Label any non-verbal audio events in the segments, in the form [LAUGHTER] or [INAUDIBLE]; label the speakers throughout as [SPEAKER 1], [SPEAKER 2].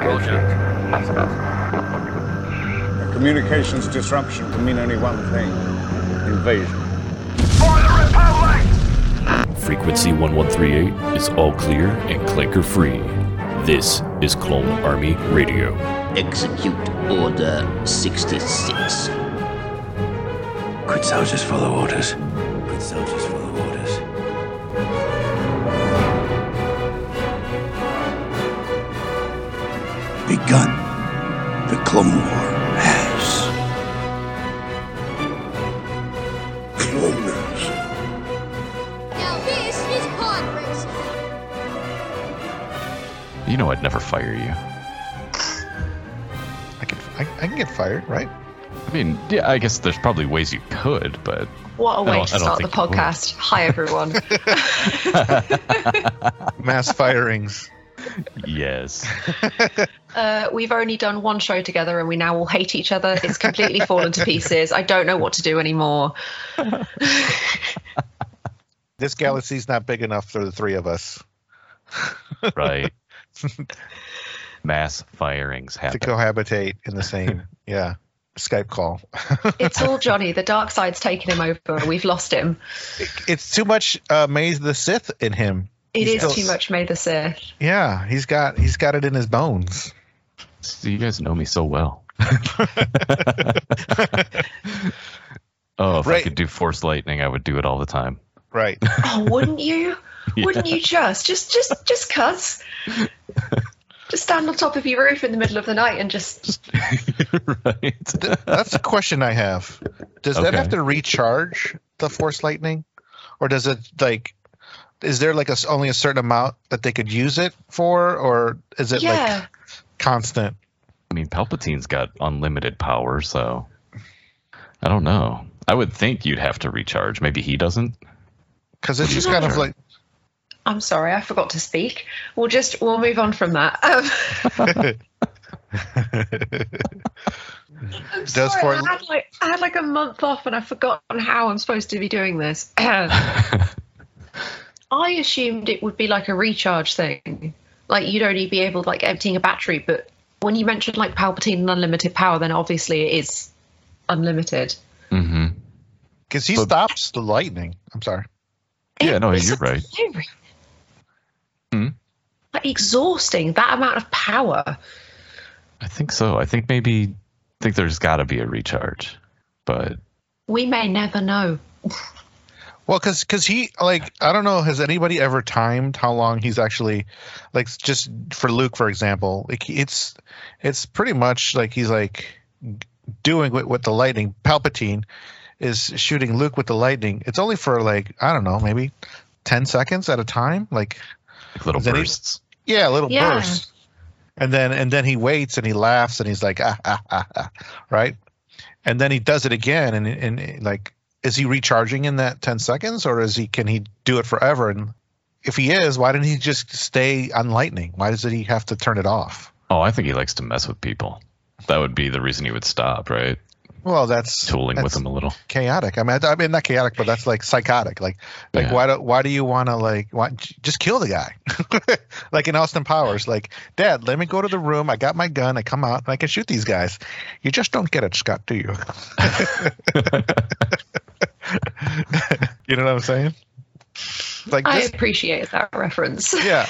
[SPEAKER 1] Roger, roger.
[SPEAKER 2] A communications disruption can mean only one thing invasion.
[SPEAKER 3] Frequency 1138 is all clear and clanker free. This is Clone Army Radio.
[SPEAKER 4] Execute Order 66.
[SPEAKER 5] Good soldiers follow orders. Good soldiers follow orders. Begun. The Clone War has. Cloners.
[SPEAKER 6] Now this is pod racing.
[SPEAKER 7] You know I'd never fire you.
[SPEAKER 8] I can I, I can get fired, right?
[SPEAKER 7] I mean, yeah, I guess there's probably ways you could, but
[SPEAKER 9] What a
[SPEAKER 7] I
[SPEAKER 9] way
[SPEAKER 7] don't-
[SPEAKER 9] to
[SPEAKER 7] I don't
[SPEAKER 9] start the
[SPEAKER 7] think you would.
[SPEAKER 9] podcast. Hi,
[SPEAKER 7] [LAUGHS]
[SPEAKER 9] everyone.
[SPEAKER 8] Mass firings.
[SPEAKER 7] [LAUGHS] yes.
[SPEAKER 9] uh, we've only done one show together and we now all hate each other. It's completely fallen to pieces. I don't know what to do anymore.
[SPEAKER 8] This galaxy's not big enough for the three of us
[SPEAKER 7] Right. [LAUGHS] Mass firings
[SPEAKER 8] to
[SPEAKER 7] happen.
[SPEAKER 8] cohabitate in the same yeah Skype call.
[SPEAKER 9] It's all Johnny. The dark side's taken him over. We've lost him.
[SPEAKER 8] It's too much uh, May the Sith in him.
[SPEAKER 9] It
[SPEAKER 8] He's
[SPEAKER 9] is
[SPEAKER 8] still-
[SPEAKER 9] too much May the Sith.
[SPEAKER 8] Yeah, he's got he's got it in his bones.
[SPEAKER 7] See, you guys know me so well. [LAUGHS] oh, if I
[SPEAKER 8] Right.
[SPEAKER 7] could do force lightning, I would do it all the [LAUGHS] time.
[SPEAKER 8] Right.
[SPEAKER 9] Oh,
[SPEAKER 7] [LAUGHS]
[SPEAKER 9] wouldn't you? Wouldn't you just? Just just just cuz. just stand on top of your roof in the middle of the night and just
[SPEAKER 7] right.
[SPEAKER 8] Th- That's the question I have. Does that
[SPEAKER 7] Okay.
[SPEAKER 8] have to recharge the Force Lightning, or does it like? Is there like a s only a certain amount that they could use it for, or is it
[SPEAKER 9] Yeah.
[SPEAKER 8] like constant?
[SPEAKER 7] I mean, Palpatine's got unlimited power, so I don't know. I would think you'd have to recharge. Maybe he [LAUGHS] doesn't.
[SPEAKER 8] Because it's
[SPEAKER 7] Pretty
[SPEAKER 8] just kind of
[SPEAKER 7] sure.
[SPEAKER 8] like
[SPEAKER 9] I'm sorry, I forgot to speak. We'll just we'll move on from that. Um,
[SPEAKER 7] Mm-hmm.
[SPEAKER 9] I'm
[SPEAKER 8] Does
[SPEAKER 9] sorry,
[SPEAKER 8] Fort-
[SPEAKER 9] I had like I had like a month off and I've forgotten how I'm supposed to be
[SPEAKER 7] [LAUGHS]
[SPEAKER 9] doing this. I assumed it would be like a recharge thing. Like you'd only be able like emptying a battery, but when you mentioned like Palpatine and unlimited power, then obviously it is unlimited.
[SPEAKER 7] hmm
[SPEAKER 8] because he
[SPEAKER 7] But-
[SPEAKER 8] stops the lightning. I'm sorry.
[SPEAKER 7] Yeah, no,
[SPEAKER 9] It's
[SPEAKER 7] you're right.
[SPEAKER 9] tiring.
[SPEAKER 7] Hmm.
[SPEAKER 9] Like exhausting that amount of power.
[SPEAKER 7] I think so. I think maybe I think there's got to be a recharge, but
[SPEAKER 9] We may never know.
[SPEAKER 8] Well, because he like I don't know has anybody ever timed how long he's actually like just for Luke for example like it's it's pretty much like he's like doing with, with the lightning Palpatine is shooting Luke with the lightning it's only for like I don't know maybe ten seconds at a time like
[SPEAKER 7] like little
[SPEAKER 8] Is any-
[SPEAKER 7] bursts.
[SPEAKER 8] yeah a little
[SPEAKER 9] Yeah.
[SPEAKER 8] burst and then and then he waits and he laughs and he's like ah, ah, ah, ah right and then he does it again and and like is he recharging in that 10 seconds or is he can he do it forever and if he is why didn't he just stay on lightning why does he have to turn it off
[SPEAKER 7] Oh, I think he likes to mess with people. That would be the reason he would stop, right?
[SPEAKER 8] well that's
[SPEAKER 7] Tooling with
[SPEAKER 8] that's
[SPEAKER 7] them a little.
[SPEAKER 8] chaotic i mean I, I mean not chaotic but that's like psychotic like like
[SPEAKER 7] Yeah.
[SPEAKER 8] why do why do you want to like why j- just kill the guy [LAUGHS] like in austin powers like dad let me go to the room i got my gun i come out and i can shoot these guys you just don't get it scott do you [LAUGHS] you know what i'm saying like
[SPEAKER 9] I
[SPEAKER 8] just,
[SPEAKER 9] appreciate that reference. [LAUGHS]
[SPEAKER 8] yeah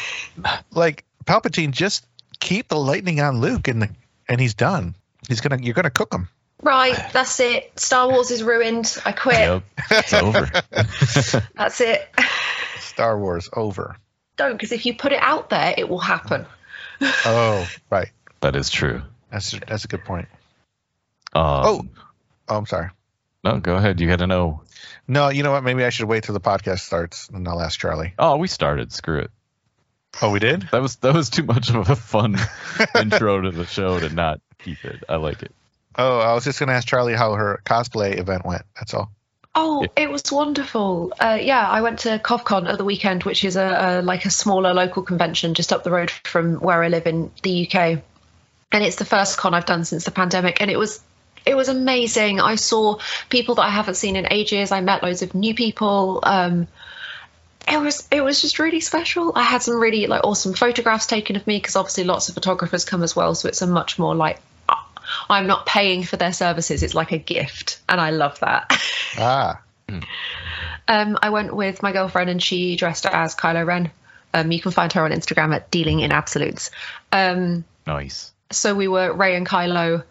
[SPEAKER 8] like palpatine just keep the lightning on luke and the, and he's done he's gonna you're gonna cook him
[SPEAKER 9] Right, that's it. Star Wars is ruined. I quit.
[SPEAKER 7] Yep, it's
[SPEAKER 8] [LAUGHS]
[SPEAKER 7] over.
[SPEAKER 9] That's it. [LAUGHS]
[SPEAKER 8] star wars over
[SPEAKER 9] Don't, because if you put it out there, it will happen.
[SPEAKER 8] oh right
[SPEAKER 7] That is true.
[SPEAKER 8] that's that's a good point
[SPEAKER 7] Um,
[SPEAKER 8] Oh. oh i'm sorry
[SPEAKER 7] no, go ahead. You had to know.
[SPEAKER 8] No, you know what? Maybe I should wait till the podcast starts and I'll ask Charlie.
[SPEAKER 7] Oh, we started. Screw it.
[SPEAKER 8] Oh, we did?
[SPEAKER 7] That was that was too much of a
[SPEAKER 8] [LAUGHS]
[SPEAKER 7] fun intro to the show to not keep it. I like it.
[SPEAKER 8] Oh, I was just going to ask Charlie how her cosplay event went. That's all.
[SPEAKER 9] Oh, it was wonderful. Uh, yeah, I went to CovCon at the weekend, which is a, a like a smaller local convention just up the road from where I live in the UK, and it's the first con I've done since the pandemic, and it was it was amazing. I saw people that I haven't seen in ages. I met loads of new people. Um, it was it was just really special. I had some really like awesome photographs taken of me because obviously lots of photographers come as well, so it's a much more like ah, I'm not paying for their services. It's like a gift, and I love that. [LAUGHS]
[SPEAKER 8] Ah,
[SPEAKER 9] Um, I went with my girlfriend and she dressed as Kylo Ren. Um, you can find her on Instagram at Dealing in Absolutes. Um,
[SPEAKER 7] Nice.
[SPEAKER 9] so we were Ray and Kylo,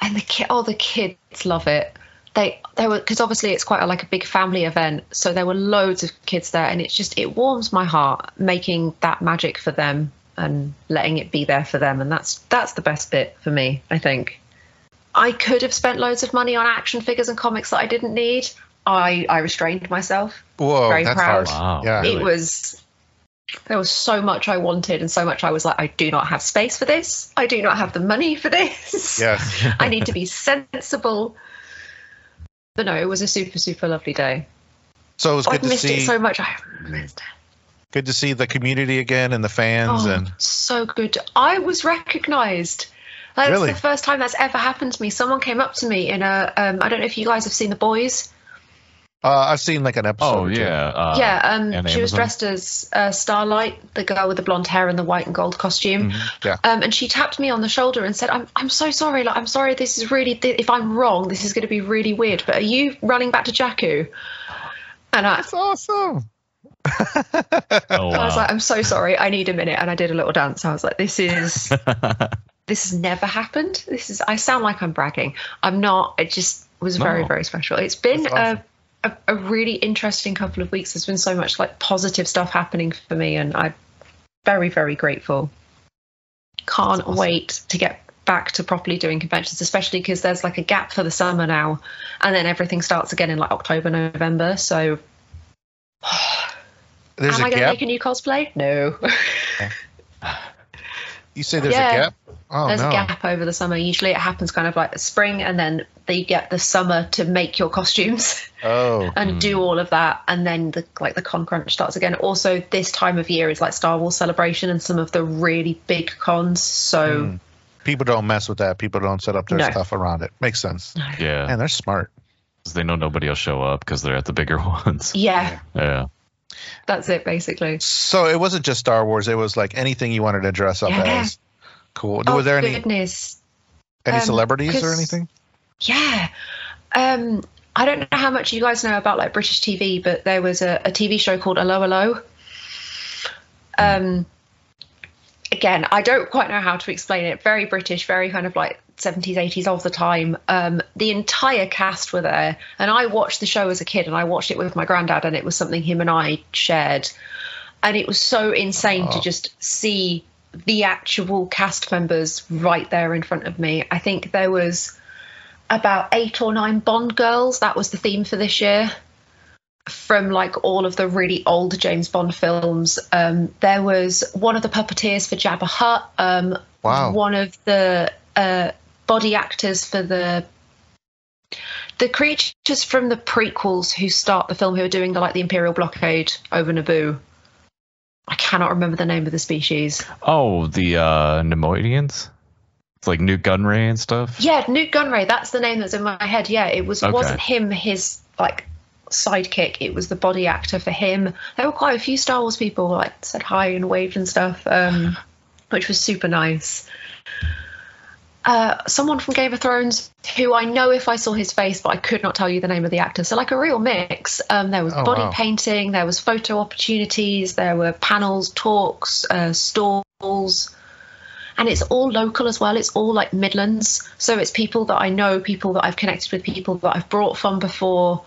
[SPEAKER 9] and the kid, oh, the kids love it. They they were because obviously it's quite a, like a big family event, so there were loads of kids there, and it's just it warms my heart making that magic for them and letting it be there for them, and that's that's the best bit for me, I think. I could have spent loads of money on action figures and comics that I didn't need. I I restrained myself.
[SPEAKER 8] whoa,
[SPEAKER 9] Very
[SPEAKER 8] that's
[SPEAKER 9] proud.
[SPEAKER 8] hard.
[SPEAKER 7] Wow.
[SPEAKER 8] Yeah.
[SPEAKER 9] It was there was so much I wanted and so much I was like, I do not have space for this. I do not have the money for this.
[SPEAKER 8] Yes.
[SPEAKER 9] [LAUGHS]
[SPEAKER 7] [LAUGHS]
[SPEAKER 9] I need to be sensible. But no, it was a super, super lovely day.
[SPEAKER 8] So it was
[SPEAKER 9] I've
[SPEAKER 8] good to
[SPEAKER 9] Oh, missed
[SPEAKER 8] see. Mm,
[SPEAKER 9] it so much. I haven't missed it.
[SPEAKER 8] good to see the community again and the fans
[SPEAKER 9] Oh,
[SPEAKER 8] and
[SPEAKER 9] so good. I was recognised. That's
[SPEAKER 8] Really?
[SPEAKER 9] the first time that's ever happened to me. Someone came up to me in a. Um, I don't know if you guys have seen The Boys.
[SPEAKER 8] uh, I've seen like an episode.
[SPEAKER 7] Oh
[SPEAKER 8] or two.
[SPEAKER 7] yeah. Uh,
[SPEAKER 9] yeah, um, she
[SPEAKER 7] and
[SPEAKER 9] was
[SPEAKER 7] Amazon.
[SPEAKER 9] dressed as uh, Starlight, the girl with the blonde hair and the white and gold
[SPEAKER 8] Mm-hmm.
[SPEAKER 9] costume.
[SPEAKER 8] yeah.
[SPEAKER 9] Um, and she tapped me on the shoulder and said, "I'm I'm so sorry. Like I'm sorry. This is really. Th- if I'm wrong, this is going to be really weird. But are you running back to Jakku?" And I,
[SPEAKER 8] That's awesome.
[SPEAKER 7] Oh,
[SPEAKER 9] I was
[SPEAKER 8] Ah.
[SPEAKER 7] wow.
[SPEAKER 9] like, "I'm so sorry. I need a minute." And I did a little dance. I was like,
[SPEAKER 8] [LAUGHS]
[SPEAKER 9] "This is this has never happened. This is. I sound like I'm bragging. I'm not. It just was very
[SPEAKER 7] No.
[SPEAKER 9] very special. It's been
[SPEAKER 8] That's awesome.
[SPEAKER 9] a, a a really interesting couple of weeks. There's been so much like positive stuff happening for me, and I'm very very grateful. Can't wait to get back to properly doing conventions, especially because there's like a gap for the summer now, and then everything starts again in like October November. So
[SPEAKER 8] There's
[SPEAKER 9] am I
[SPEAKER 8] a
[SPEAKER 9] going to
[SPEAKER 8] gap.
[SPEAKER 9] make a new cosplay? No. [LAUGHS]
[SPEAKER 8] You say there's
[SPEAKER 9] Yeah.
[SPEAKER 8] a gap. Oh
[SPEAKER 9] There's
[SPEAKER 8] no.
[SPEAKER 9] a gap over the summer. Usually it happens kind of like the spring, and then they get the summer to make your costumes [LAUGHS]
[SPEAKER 8] Oh,
[SPEAKER 9] and do all of that, and then the like the con crunch starts again. Also, this time of year is like Star Wars celebration and some of the really big cons. So
[SPEAKER 8] Hmm. people don't mess with that. People don't set up their
[SPEAKER 9] No.
[SPEAKER 8] stuff around it. Makes sense.
[SPEAKER 7] yeah.
[SPEAKER 8] And they're smart.
[SPEAKER 7] 'cause they know nobody will show up because they're at the bigger [LAUGHS] ones.
[SPEAKER 9] yeah,
[SPEAKER 7] Yeah.
[SPEAKER 9] that's it basically.
[SPEAKER 8] So it wasn't just Star Wars. It was like anything you wanted to dress up
[SPEAKER 9] Yeah.
[SPEAKER 8] as. Cool.
[SPEAKER 9] oh
[SPEAKER 8] Were there any
[SPEAKER 9] goodness,
[SPEAKER 8] any
[SPEAKER 9] um,
[SPEAKER 8] celebrities or
[SPEAKER 9] 'cause-
[SPEAKER 8] anything?
[SPEAKER 9] yeah. Um, I don't know how much you guys know about like British TV, but there was a, a TV show called Hello Hello. Um, again, I don't quite know how to explain it. Very British, very kind of like 70s, 80s of the time. Um, the entire cast were there, and I watched the show as a kid, and I watched it with my granddad, and it was something him and I shared, and it was so insane to just see the actual cast members right there in front of me. I think there was about eight or nine Bond girls. That was the theme for this year from like all of the really old James Bond films. Um, there was one of the puppeteers for Jabba Hutt. Um,
[SPEAKER 8] Wow.
[SPEAKER 9] One of the uh, body actors for the the creatures from the prequels who start the film who are doing the like the Imperial blockade over Naboo. I cannot remember the name of the species.
[SPEAKER 7] Oh, the uh, Nemoidians. It's like Newt Gunray and stuff.
[SPEAKER 9] Yeah, Newt Gunray. That's the name that's in my head. Yeah, it was
[SPEAKER 7] Okay.
[SPEAKER 9] wasn't him. His like sidekick. It was the body actor for him. There were quite a few Star Wars people like said hi and waved and stuff, um, which was super nice. Uh, someone from Game of Thrones who I know if I saw his face, but I could not tell you the name of the actor. So like a real mix. Um, there was
[SPEAKER 8] Oh,
[SPEAKER 9] body
[SPEAKER 8] wow.
[SPEAKER 9] painting, there was photo opportunities, there were panels, talks, uh, stalls and it's all local as well. It's all like Midlands, so it's people that I know, people that I've connected with, people that I've brought from before,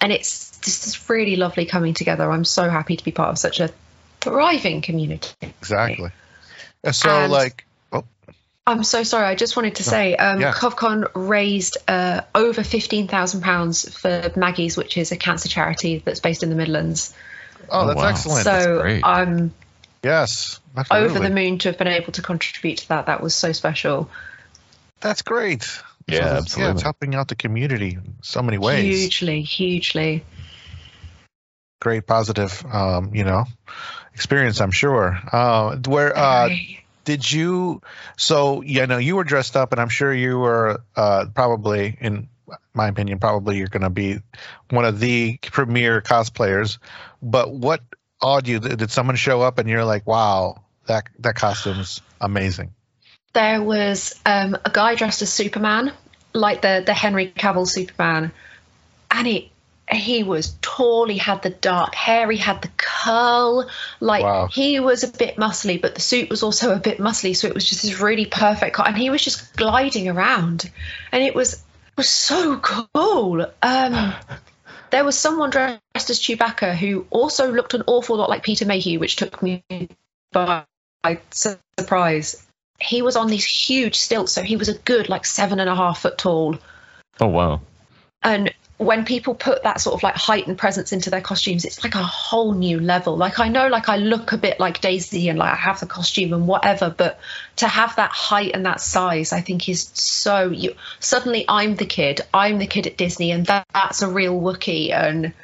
[SPEAKER 9] and it's just this really lovely coming together. I'm so happy to be part of such a thriving community.
[SPEAKER 8] Exactly. Uh, So
[SPEAKER 9] And-
[SPEAKER 8] like
[SPEAKER 9] I'm so sorry. I just wanted to say, um,
[SPEAKER 8] Ah, yeah.
[SPEAKER 9] CovCon raised uh, over fifteen thousand pounds for Maggie's, which is a cancer charity that's based in the Midlands.
[SPEAKER 8] oh,
[SPEAKER 7] Oh,
[SPEAKER 8] that's
[SPEAKER 7] wow.
[SPEAKER 8] excellent.
[SPEAKER 9] so
[SPEAKER 7] great.
[SPEAKER 9] I'm
[SPEAKER 8] yes.
[SPEAKER 9] over the
[SPEAKER 8] absolutely.
[SPEAKER 9] moon to have been able to contribute to that. That was so special.
[SPEAKER 8] That's great. So
[SPEAKER 7] Yeah,
[SPEAKER 8] it's- Yeah, it's
[SPEAKER 7] absolutely.
[SPEAKER 8] helping out the community in so many ways.
[SPEAKER 9] Hugely, hugely.
[SPEAKER 8] Great positive, um, you know, experience. I'm sure. Uh, where uh,
[SPEAKER 9] Very.
[SPEAKER 8] did you? So yeah, no, you were dressed up, and I'm sure you were uh, probably, in my opinion, probably you're going to be one of the premier cosplayers. But what awed you? Did did someone show up and you're like, wow, that that costume's amazing?
[SPEAKER 9] there was um, a guy dressed as Superman, like the the Henry Cavill Superman, and he he was tall. He had the dark hair. He had the curl. Like
[SPEAKER 8] Wow.
[SPEAKER 9] he was a bit muscly, but the suit was also a bit muscly. So it was just this really perfect. co- And he was just gliding around, and it was was so cool. Um, there was someone dressed as Chewbacca who also looked an awful lot like Peter Mayhew, which took me by surprise he was on these huge stilts, so he was a good like seven and a half foot tall.
[SPEAKER 7] Oh wow.
[SPEAKER 9] And when people put that sort of like height and presence into their costumes, it's like a whole new level. Like I know, like I look a bit like Daisy, and like I have the costume and whatever, but to have that height and that size, I think is so. You suddenly, I'm the kid. I'm the kid at Disney, and that, that's a real Wookiee. And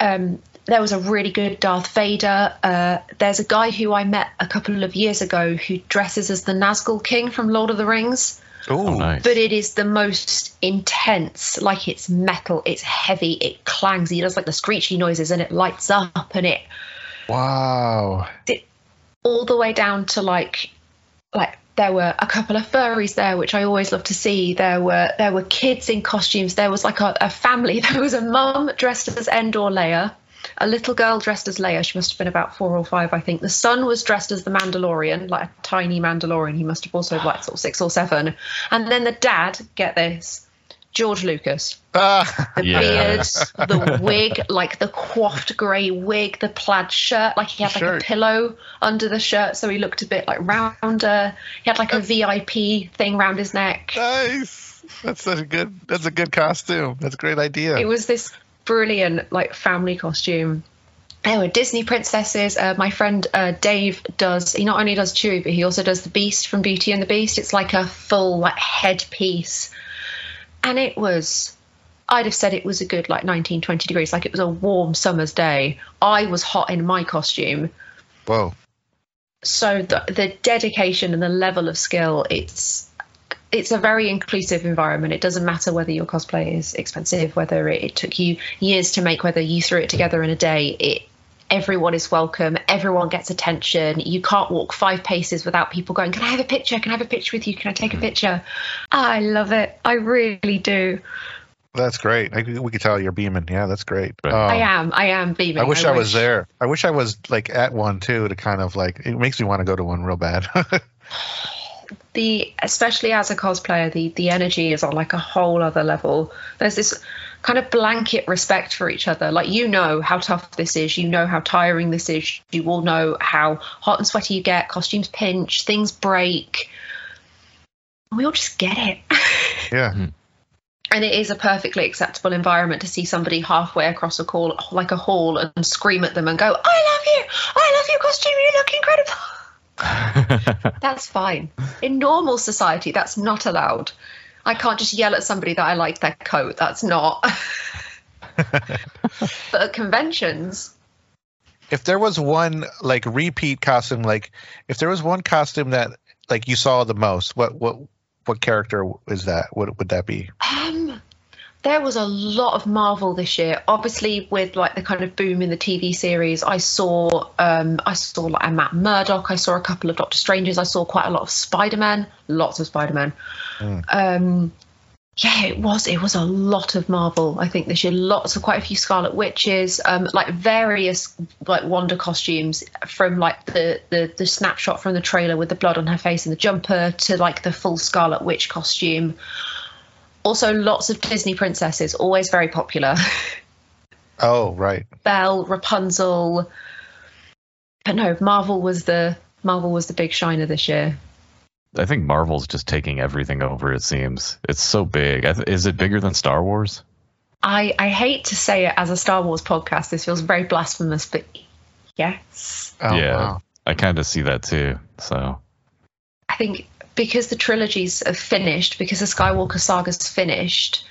[SPEAKER 9] um, there was a really good Darth Vader. Uh, there's a guy who I met a couple of years ago who dresses as the Nazgul King from Lord of the Rings
[SPEAKER 8] Ooh,
[SPEAKER 7] Oh, Nice.
[SPEAKER 9] but it is the most intense like it's metal it's heavy it clangs he does like the screechy noises and it lights up and it
[SPEAKER 8] wow.
[SPEAKER 9] all the way down to like like there were a couple of furries there which i always love to see there were there were kids in costumes there was like a, a family [LAUGHS] there was a mum dressed as endor leia a little girl dressed as leia she must have been about four or five i think the son was dressed as the mandalorian like a tiny mandalorian he must have also like sort of six or seven and then the dad get this george lucas
[SPEAKER 8] [LAUGHS] Ah,
[SPEAKER 9] the
[SPEAKER 7] Yeah.
[SPEAKER 9] beards, the wig, like the coiffed grey wig, the plaid shirt. Like he had like
[SPEAKER 8] Shirt.
[SPEAKER 9] a pillow under the shirt, so he looked a bit like rounder. He had like a VIP thing round his neck.
[SPEAKER 8] nice. That's a good. That's a good costume. That's a great idea.
[SPEAKER 9] It was this brilliant like family costume. There were Disney princesses. Uh, my friend uh, Dave does. He not only does Chewie, but he also does the Beast from Beauty and the Beast. It's like a full like headpiece, and it was. I'd have said it was a good like 19, 20 degrees. Like it was a warm summer's day. I was hot in my costume.
[SPEAKER 8] Whoa.
[SPEAKER 9] So the, the dedication and the level of skill. It's it's a very inclusive environment. It doesn't matter whether your cosplay is expensive, whether it, it took you years to make, whether you threw it together in a day. It everyone is welcome. Everyone gets attention. You can't walk five paces without people going, "Can I have a picture? Can I have a picture with you? Can I
[SPEAKER 8] Mm.
[SPEAKER 9] take a picture?" I love it. I really do.
[SPEAKER 8] That's great. I, we could tell you're beaming. Yeah, that's great.
[SPEAKER 7] Right.
[SPEAKER 8] Um,
[SPEAKER 9] I am. I am beaming.
[SPEAKER 8] I wish I, was there. I wish I was like at one too to kind of like it makes me want to go to one real bad. [LAUGHS]
[SPEAKER 9] the especially as a cosplayer the the energy is on like a whole other level there's this kind of blanket respect for each other like you know how tough this is you know how tiring this is you all know how hot and sweaty you get costumes pinch things break we all just get it [LAUGHS]
[SPEAKER 8] yeah.
[SPEAKER 9] and it is a perfectly acceptable environment to see somebody halfway across a call like a hall and scream at them and go i love you i love your costume you look incredible that's fine. In normal society, that's not allowed. I can't just yell at somebody that I like their coat. That's not. [LAUGHS] but at conventions,
[SPEAKER 8] if there was one like repeat costume, like if there was one costume that like you saw the most, what what what character is that? What would that be?
[SPEAKER 9] um, there was a lot of Marvel this year. Obviously, with like the kind of boom in the TV series, I saw um, I saw like a Matt Murdock. I saw a couple of Doctor Strangers. I saw quite a lot of Spider Man. Lots of Spider Man. Um, yeah, it was. It was a lot of Marvel. I think this year, lots of quite a few Scarlet Witches, um, like various like Wanda costumes from like the, the the snapshot from the trailer with the blood on her face and the jumper to like the full Scarlet Witch costume. Also, lots of Disney princesses, always very popular. [LAUGHS]
[SPEAKER 8] Oh, right.
[SPEAKER 9] Belle, Rapunzel. But no, Marvel was the Marvel was the big shiner this year.
[SPEAKER 7] [LAUGHS] I think Marvel's just taking everything over. It seems it's so big. I th- is it bigger than Star Wars?
[SPEAKER 9] I, I hate to say it as a Star Wars podcast. This feels very blasphemous, but yes.
[SPEAKER 8] Oh,
[SPEAKER 7] yeah,
[SPEAKER 8] wow.
[SPEAKER 7] I kind of see that too. So
[SPEAKER 9] I think because the trilogies are finished, because the Skywalker saga's finished,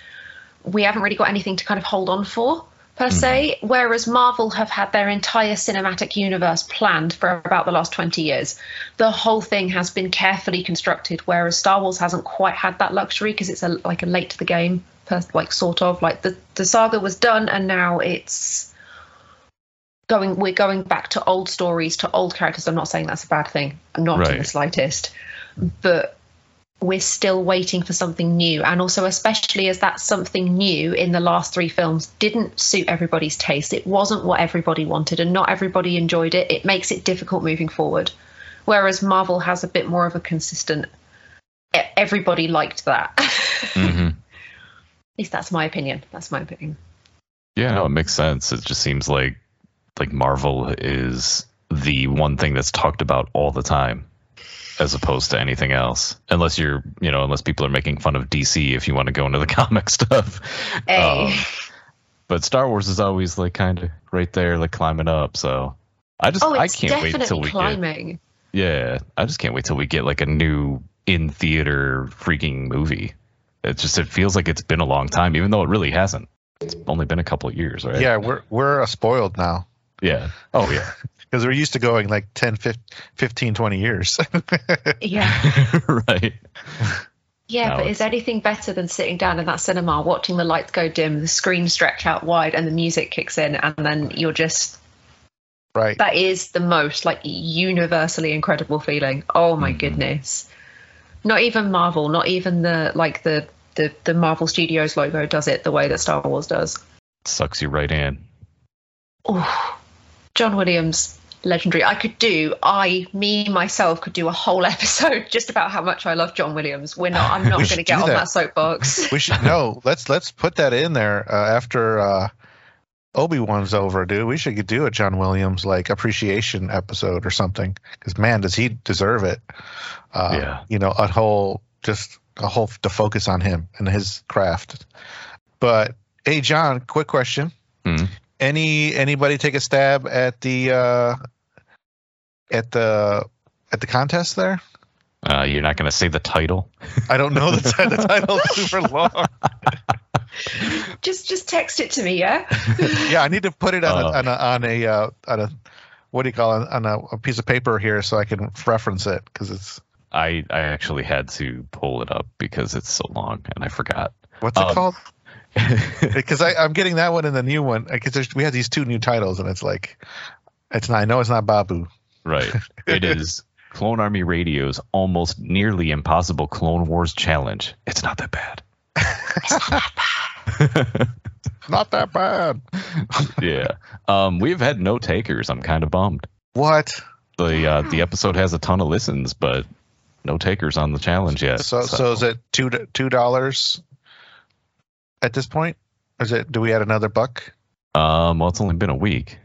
[SPEAKER 9] we haven't really got anything to kind of hold on for, per se. Whereas Marvel have had their entire cinematic universe planned for about the last 20 years. The whole thing has been carefully constructed, whereas Star Wars hasn't quite had that luxury because it's a, like a late to the game, per, like sort of. Like the, the saga was done and now it's going we're going back to old stories to old characters i'm not saying that's a bad thing not in the
[SPEAKER 7] Right.
[SPEAKER 9] slightest but we're still waiting for something new and also especially as that something new in the last three films didn't suit everybody's taste it wasn't what everybody wanted and not everybody enjoyed it it makes it difficult moving forward whereas marvel has a bit more of a consistent e- everybody liked that [LAUGHS] at
[SPEAKER 7] hmm
[SPEAKER 9] least that's my opinion that's my opinion
[SPEAKER 7] Yeah, no, it makes sense. It just seems like like Marvel is the one thing that's talked about all the time, as opposed to anything else. Unless you're, you know, unless people are making fun of DC if you want to go into the [LAUGHS] comic stuff.
[SPEAKER 9] Hey.
[SPEAKER 7] Um, but Star Wars is always like kind of right there, like climbing up. So I just
[SPEAKER 9] oh
[SPEAKER 7] I
[SPEAKER 9] it's
[SPEAKER 7] can't wait
[SPEAKER 9] definitely
[SPEAKER 7] till we get
[SPEAKER 9] climbing
[SPEAKER 7] [LAUGHS] yeah, I just can't wait till we get like a new in theater freaking movie. It just it feels like it's been a long time, even though it really hasn't. It's only been a couple of years, right?
[SPEAKER 8] Yeah, we're we're uh, spoiled now
[SPEAKER 7] Yeah. Oh yeah.
[SPEAKER 8] because we're used to going like 10, 15, 15 20 years. [LAUGHS]
[SPEAKER 9] yeah
[SPEAKER 7] [LAUGHS] right.
[SPEAKER 9] Yeah,
[SPEAKER 7] Now
[SPEAKER 9] but
[SPEAKER 7] it's-
[SPEAKER 9] is anything better than sitting down in that cinema, watching the lights go dim, the screen stretch out wide, and the music kicks in, and then you're just
[SPEAKER 8] right.
[SPEAKER 9] that is the most like universally incredible feeling. Oh my
[SPEAKER 8] Mm-hmm.
[SPEAKER 7] Mhm.
[SPEAKER 9] goodness! Not even Marvel, not even the like the, the the Marvel Studios logo does it the way that Star Wars does.
[SPEAKER 7] Sucks you right in.
[SPEAKER 9] Oh, John Williams, legendary. I could do, I, me, myself could do a whole [LAUGHS] episode just about how much I love John Williams. We're
[SPEAKER 8] [LAUGHS]
[SPEAKER 9] not, I'm not
[SPEAKER 8] We
[SPEAKER 9] going to
[SPEAKER 8] should
[SPEAKER 9] get
[SPEAKER 8] do
[SPEAKER 9] on
[SPEAKER 8] that. [LAUGHS]
[SPEAKER 9] that soapbox.
[SPEAKER 8] We should no. Let's let's put that in there uh, after uh, Obi Wan's over, dude. We should do a John Williams like appreciation episode or something. Because man, does he deserve it? Uh,
[SPEAKER 7] Yeah.
[SPEAKER 8] You know, a whole just a whole to focus on him and his craft. But hey, John, quick question.
[SPEAKER 7] Hmm.
[SPEAKER 8] Any anybody take a stab at the uh, at the at the contest there?
[SPEAKER 7] Uh, you're not gonna say the title.
[SPEAKER 8] I don't know the, [LAUGHS] t- the title super long.
[SPEAKER 9] just, just text it to
[SPEAKER 8] [LAUGHS]
[SPEAKER 9] me, yeah?
[SPEAKER 8] yeah, I need to put it on a,
[SPEAKER 7] Uh.
[SPEAKER 8] on a on a, uh, on a what do you call it on a, a piece of paper here so I can reference it because it's
[SPEAKER 7] I I actually had to pull it up because it's so long and I forgot.
[SPEAKER 8] what's it
[SPEAKER 7] Um. [LAUGHS]
[SPEAKER 8] called? Because I'm getting that one and the new one because we have these two new titles and it's like it's not I know it's not Babu.
[SPEAKER 7] [LAUGHS] right. It is Clone Army Radio's almost nearly impossible Clone Wars challenge. It's not that [LAUGHS] bad. [LAUGHS]
[SPEAKER 8] Not that bad.
[SPEAKER 7] yeah. Um, we've had no takers. I'm kind of bummed.
[SPEAKER 8] What?
[SPEAKER 7] The uh, the episode has a ton of listens, but no takers on the challenge yet.
[SPEAKER 8] So so, is it two d- two dollars at this point? Is it? Do we add another buck?
[SPEAKER 7] um, well, it's only been a week.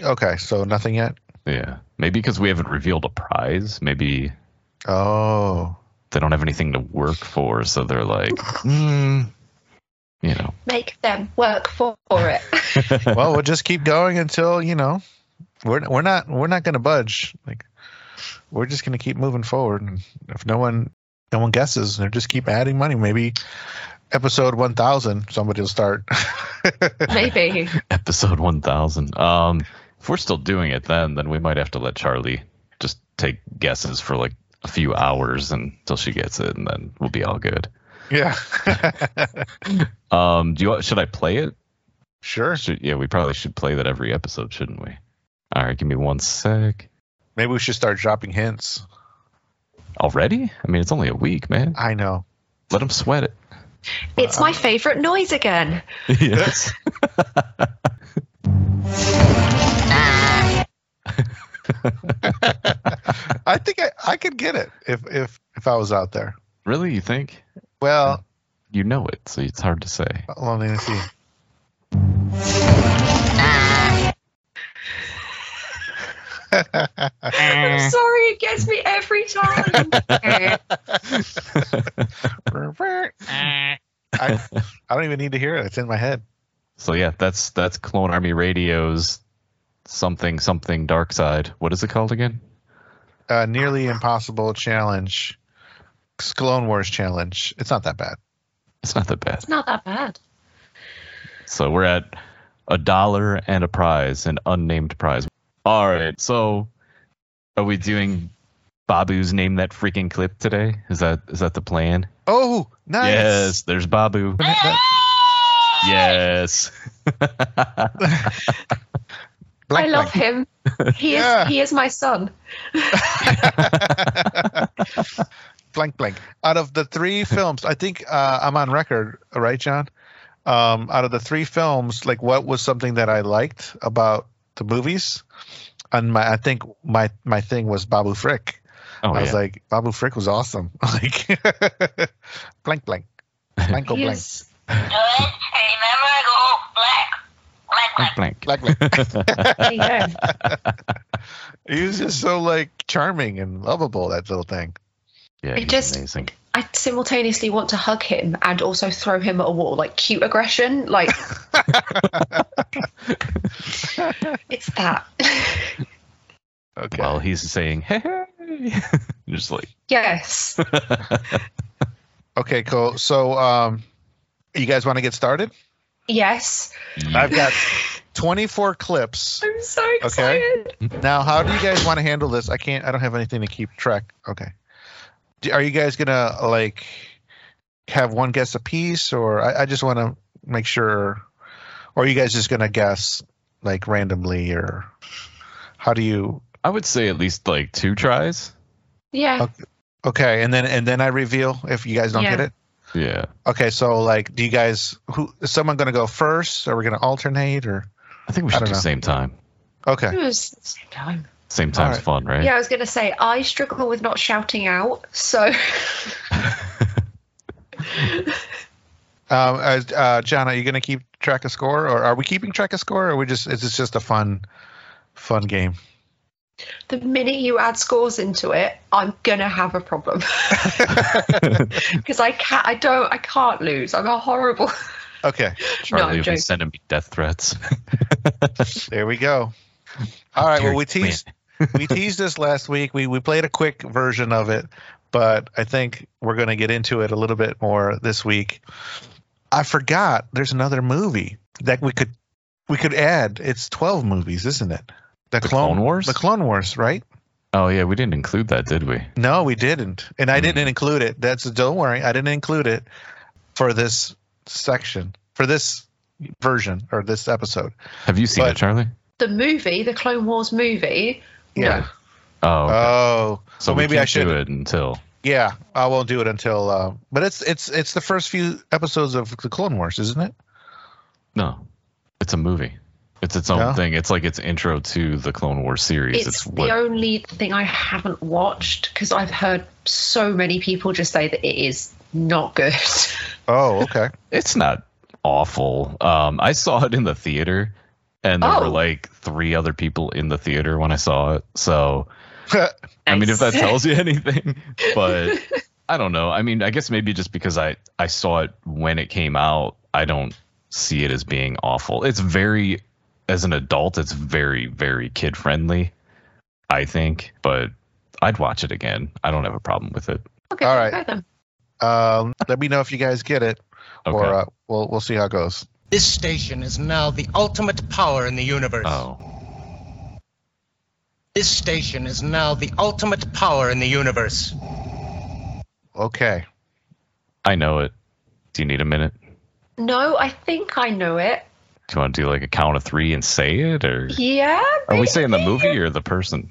[SPEAKER 8] Okay, so nothing yet.
[SPEAKER 7] Yeah, maybe because we haven't revealed a prize. Maybe
[SPEAKER 8] Oh,
[SPEAKER 7] they don't have anything to work for, so they're like,
[SPEAKER 8] Hmm.
[SPEAKER 7] mm, you
[SPEAKER 8] [LAUGHS]
[SPEAKER 7] know,
[SPEAKER 9] make them work for it. [LAUGHS]
[SPEAKER 8] well, we'll just keep going until you know we're we're not we're not going to budge. Like we're just going to keep moving forward. And if no one no one guesses, they just keep adding money. Maybe episode one thousand, somebody will start. [LAUGHS]
[SPEAKER 9] Maybe.
[SPEAKER 7] episode one thousand. Um, if we're still doing it, then then we might have to let Charlie just take guesses for like a few hours until she gets it, and then we'll be all good.
[SPEAKER 8] yeah,
[SPEAKER 7] Um, do you want- should I play it?
[SPEAKER 8] [LAUGHS] sure.
[SPEAKER 7] Should, yeah, we probably should play that every episode, shouldn't we? All right, give me one sec.
[SPEAKER 8] Maybe we should start dropping hints.
[SPEAKER 7] Already? I mean, it's only a week, man.
[SPEAKER 8] I know.
[SPEAKER 7] Let them sweat it. [LAUGHS]
[SPEAKER 9] It's my favourite noise again.
[SPEAKER 7] yes.
[SPEAKER 8] I think I, I could get it if if if I was out there.
[SPEAKER 7] Really? You think?
[SPEAKER 8] Well,
[SPEAKER 7] You know it, so it's hard to say.
[SPEAKER 8] let me see. [LAUGHS]
[SPEAKER 9] I'm sorry, it gets me every time.
[SPEAKER 8] [LAUGHS] I, I don't even need to hear it. It's in my head.
[SPEAKER 7] So yeah, that's that's Clone Army Radio's something something dark side. What is it called again?
[SPEAKER 8] uh, nearly impossible challenge, Clone Wars challenge. It's not that bad.
[SPEAKER 7] It's not that bad.
[SPEAKER 9] it's not that bad.
[SPEAKER 7] So we're at a dollar and a prize, an unnamed prize. All right. So are we doing Babu's name that freaking clip today? Is that is that the plan?
[SPEAKER 8] Oh, nice.
[SPEAKER 7] Yes, there's Babu. yes.
[SPEAKER 8] Blank,
[SPEAKER 9] I
[SPEAKER 8] blank. [LAUGHS]
[SPEAKER 9] love him. He
[SPEAKER 8] Yeah.
[SPEAKER 9] is he is my son.
[SPEAKER 8] blank blank out of the three films i think uh, i'm on record right john um, out of the three films like what was something that i liked about the movies and my i think my my thing was babu frick
[SPEAKER 7] Oh,
[SPEAKER 8] i
[SPEAKER 7] yeah.
[SPEAKER 8] was like babu frick was awesome [LAUGHS] like blank blank blank oh,
[SPEAKER 9] He
[SPEAKER 8] blank
[SPEAKER 9] is
[SPEAKER 7] Blank, blank.
[SPEAKER 8] blank blank
[SPEAKER 9] there you go.
[SPEAKER 8] he was just so like charming and lovable that little thing
[SPEAKER 7] Yeah,
[SPEAKER 9] It
[SPEAKER 7] he's
[SPEAKER 9] just-
[SPEAKER 7] amazing.
[SPEAKER 9] I simultaneously want to hug him and also throw him at a wall, like cute
[SPEAKER 8] [LAUGHS]
[SPEAKER 9] aggression. Like it's that. [LAUGHS]
[SPEAKER 8] okay
[SPEAKER 7] While he's saying, hey, hey. [LAUGHS] just like,
[SPEAKER 9] yes.
[SPEAKER 8] okay cool so um you guys want to get started
[SPEAKER 9] Yes.
[SPEAKER 7] Mm.
[SPEAKER 8] I've got 24 clips.
[SPEAKER 9] I'm so
[SPEAKER 8] Okay.
[SPEAKER 9] excited.
[SPEAKER 8] Now, how do you guys want to handle this? I can't. I don't have anything to keep track. Okay. Do, are you guys gonna like have one guess apiece, or I, I just want to make sure, or are you guys just gonna guess like randomly, or how do you?
[SPEAKER 7] I would say at least like two tries.
[SPEAKER 9] Yeah.
[SPEAKER 8] Okay, and then and then I reveal if you guys don't get
[SPEAKER 9] Yeah.
[SPEAKER 8] it.
[SPEAKER 7] Yeah.
[SPEAKER 8] Okay, so like, do you guys who is someone gonna go first? Are we gonna alternate or?
[SPEAKER 7] I think we
[SPEAKER 8] I
[SPEAKER 7] should
[SPEAKER 8] don't
[SPEAKER 7] do
[SPEAKER 8] know.
[SPEAKER 7] same time.
[SPEAKER 8] Okay.
[SPEAKER 9] It was at the same time.
[SPEAKER 7] Same time's
[SPEAKER 8] right.
[SPEAKER 7] fun, right?
[SPEAKER 9] Yeah, I was gonna say I struggle with not shouting out, so [LAUGHS]
[SPEAKER 8] Um, uh, uh, John, are you going to keep track of score, or are we keeping track of score, or we just is this just a fun, fun game?
[SPEAKER 9] the minute you add scores into it, I'm gonna have
[SPEAKER 7] [LAUGHS]
[SPEAKER 9] a problem [LAUGHS] because I can't. I don't. I can't lose. I'm a horrible. [LAUGHS]
[SPEAKER 8] Okay,
[SPEAKER 9] no,
[SPEAKER 7] Charlie
[SPEAKER 9] I'm
[SPEAKER 7] will be
[SPEAKER 9] joking.
[SPEAKER 7] sending me death threats.
[SPEAKER 8] there we go.
[SPEAKER 7] [LAUGHS]
[SPEAKER 8] All right. Well, we
[SPEAKER 7] Jerry
[SPEAKER 8] teased we teased this last week. We we played a quick version of it, but I think we're going to get into it a little bit more this week. I forgot there's another movie that we could we could add. It's 12 movies, isn't it? The,
[SPEAKER 7] Clone Wars?
[SPEAKER 8] The Clone Wars, right?
[SPEAKER 7] Oh yeah, we didn't include that, did we?
[SPEAKER 8] No, we didn't, and I didn't include it. That's don't worry, I didn't include it for this section, for this version or this episode.
[SPEAKER 7] Have you seen
[SPEAKER 8] But-
[SPEAKER 7] it, Charlie?
[SPEAKER 9] the movie, the Clone Wars movie.
[SPEAKER 8] Yeah.
[SPEAKER 7] Oh, okay.
[SPEAKER 8] Oh,
[SPEAKER 7] so
[SPEAKER 8] well,
[SPEAKER 7] maybe
[SPEAKER 8] maybe I
[SPEAKER 7] I should
[SPEAKER 8] should.
[SPEAKER 7] do it until.
[SPEAKER 8] yeah, I won't do it until. Uh, but it's it's it's the first few episodes of the Clone Wars, isn't it?
[SPEAKER 7] No, it's a movie. It's its own
[SPEAKER 8] No?
[SPEAKER 7] thing. It's like its intro to the Clone Wars series.
[SPEAKER 9] It's,
[SPEAKER 7] It's,
[SPEAKER 9] the
[SPEAKER 7] what
[SPEAKER 9] only thing I haven't watched because I've heard so many people just say that it is not good. [LAUGHS]
[SPEAKER 8] Oh, okay.
[SPEAKER 7] it's not awful. Um, I saw it in the theater, and there were
[SPEAKER 9] Oh.
[SPEAKER 7] like three other people in the theater when I saw it. So I mean, if that
[SPEAKER 9] Nice.
[SPEAKER 7] tells you anything, but I don't know. I mean, I guess maybe just because I I saw it when it came out, I don't see it as being awful. It's very, as an adult, it's very very kid friendly, I think. But I'd watch it again. I don't have a problem with it.
[SPEAKER 9] okay,
[SPEAKER 8] All right.
[SPEAKER 9] go then.
[SPEAKER 8] [LAUGHS] um, let me know if you guys get it,
[SPEAKER 7] Okay.
[SPEAKER 8] or uh, we'll we'll see how it goes.
[SPEAKER 10] This station is now the ultimate power in the universe.
[SPEAKER 7] oh,
[SPEAKER 10] This station is now the ultimate power in the universe.
[SPEAKER 8] Okay.
[SPEAKER 7] I know it. Do you need a minute?
[SPEAKER 9] No, I think I know it.
[SPEAKER 7] Do you want to do like a count of three and say it, or
[SPEAKER 9] Yeah.
[SPEAKER 7] are we saying the
[SPEAKER 9] maybe.
[SPEAKER 7] movie or the person?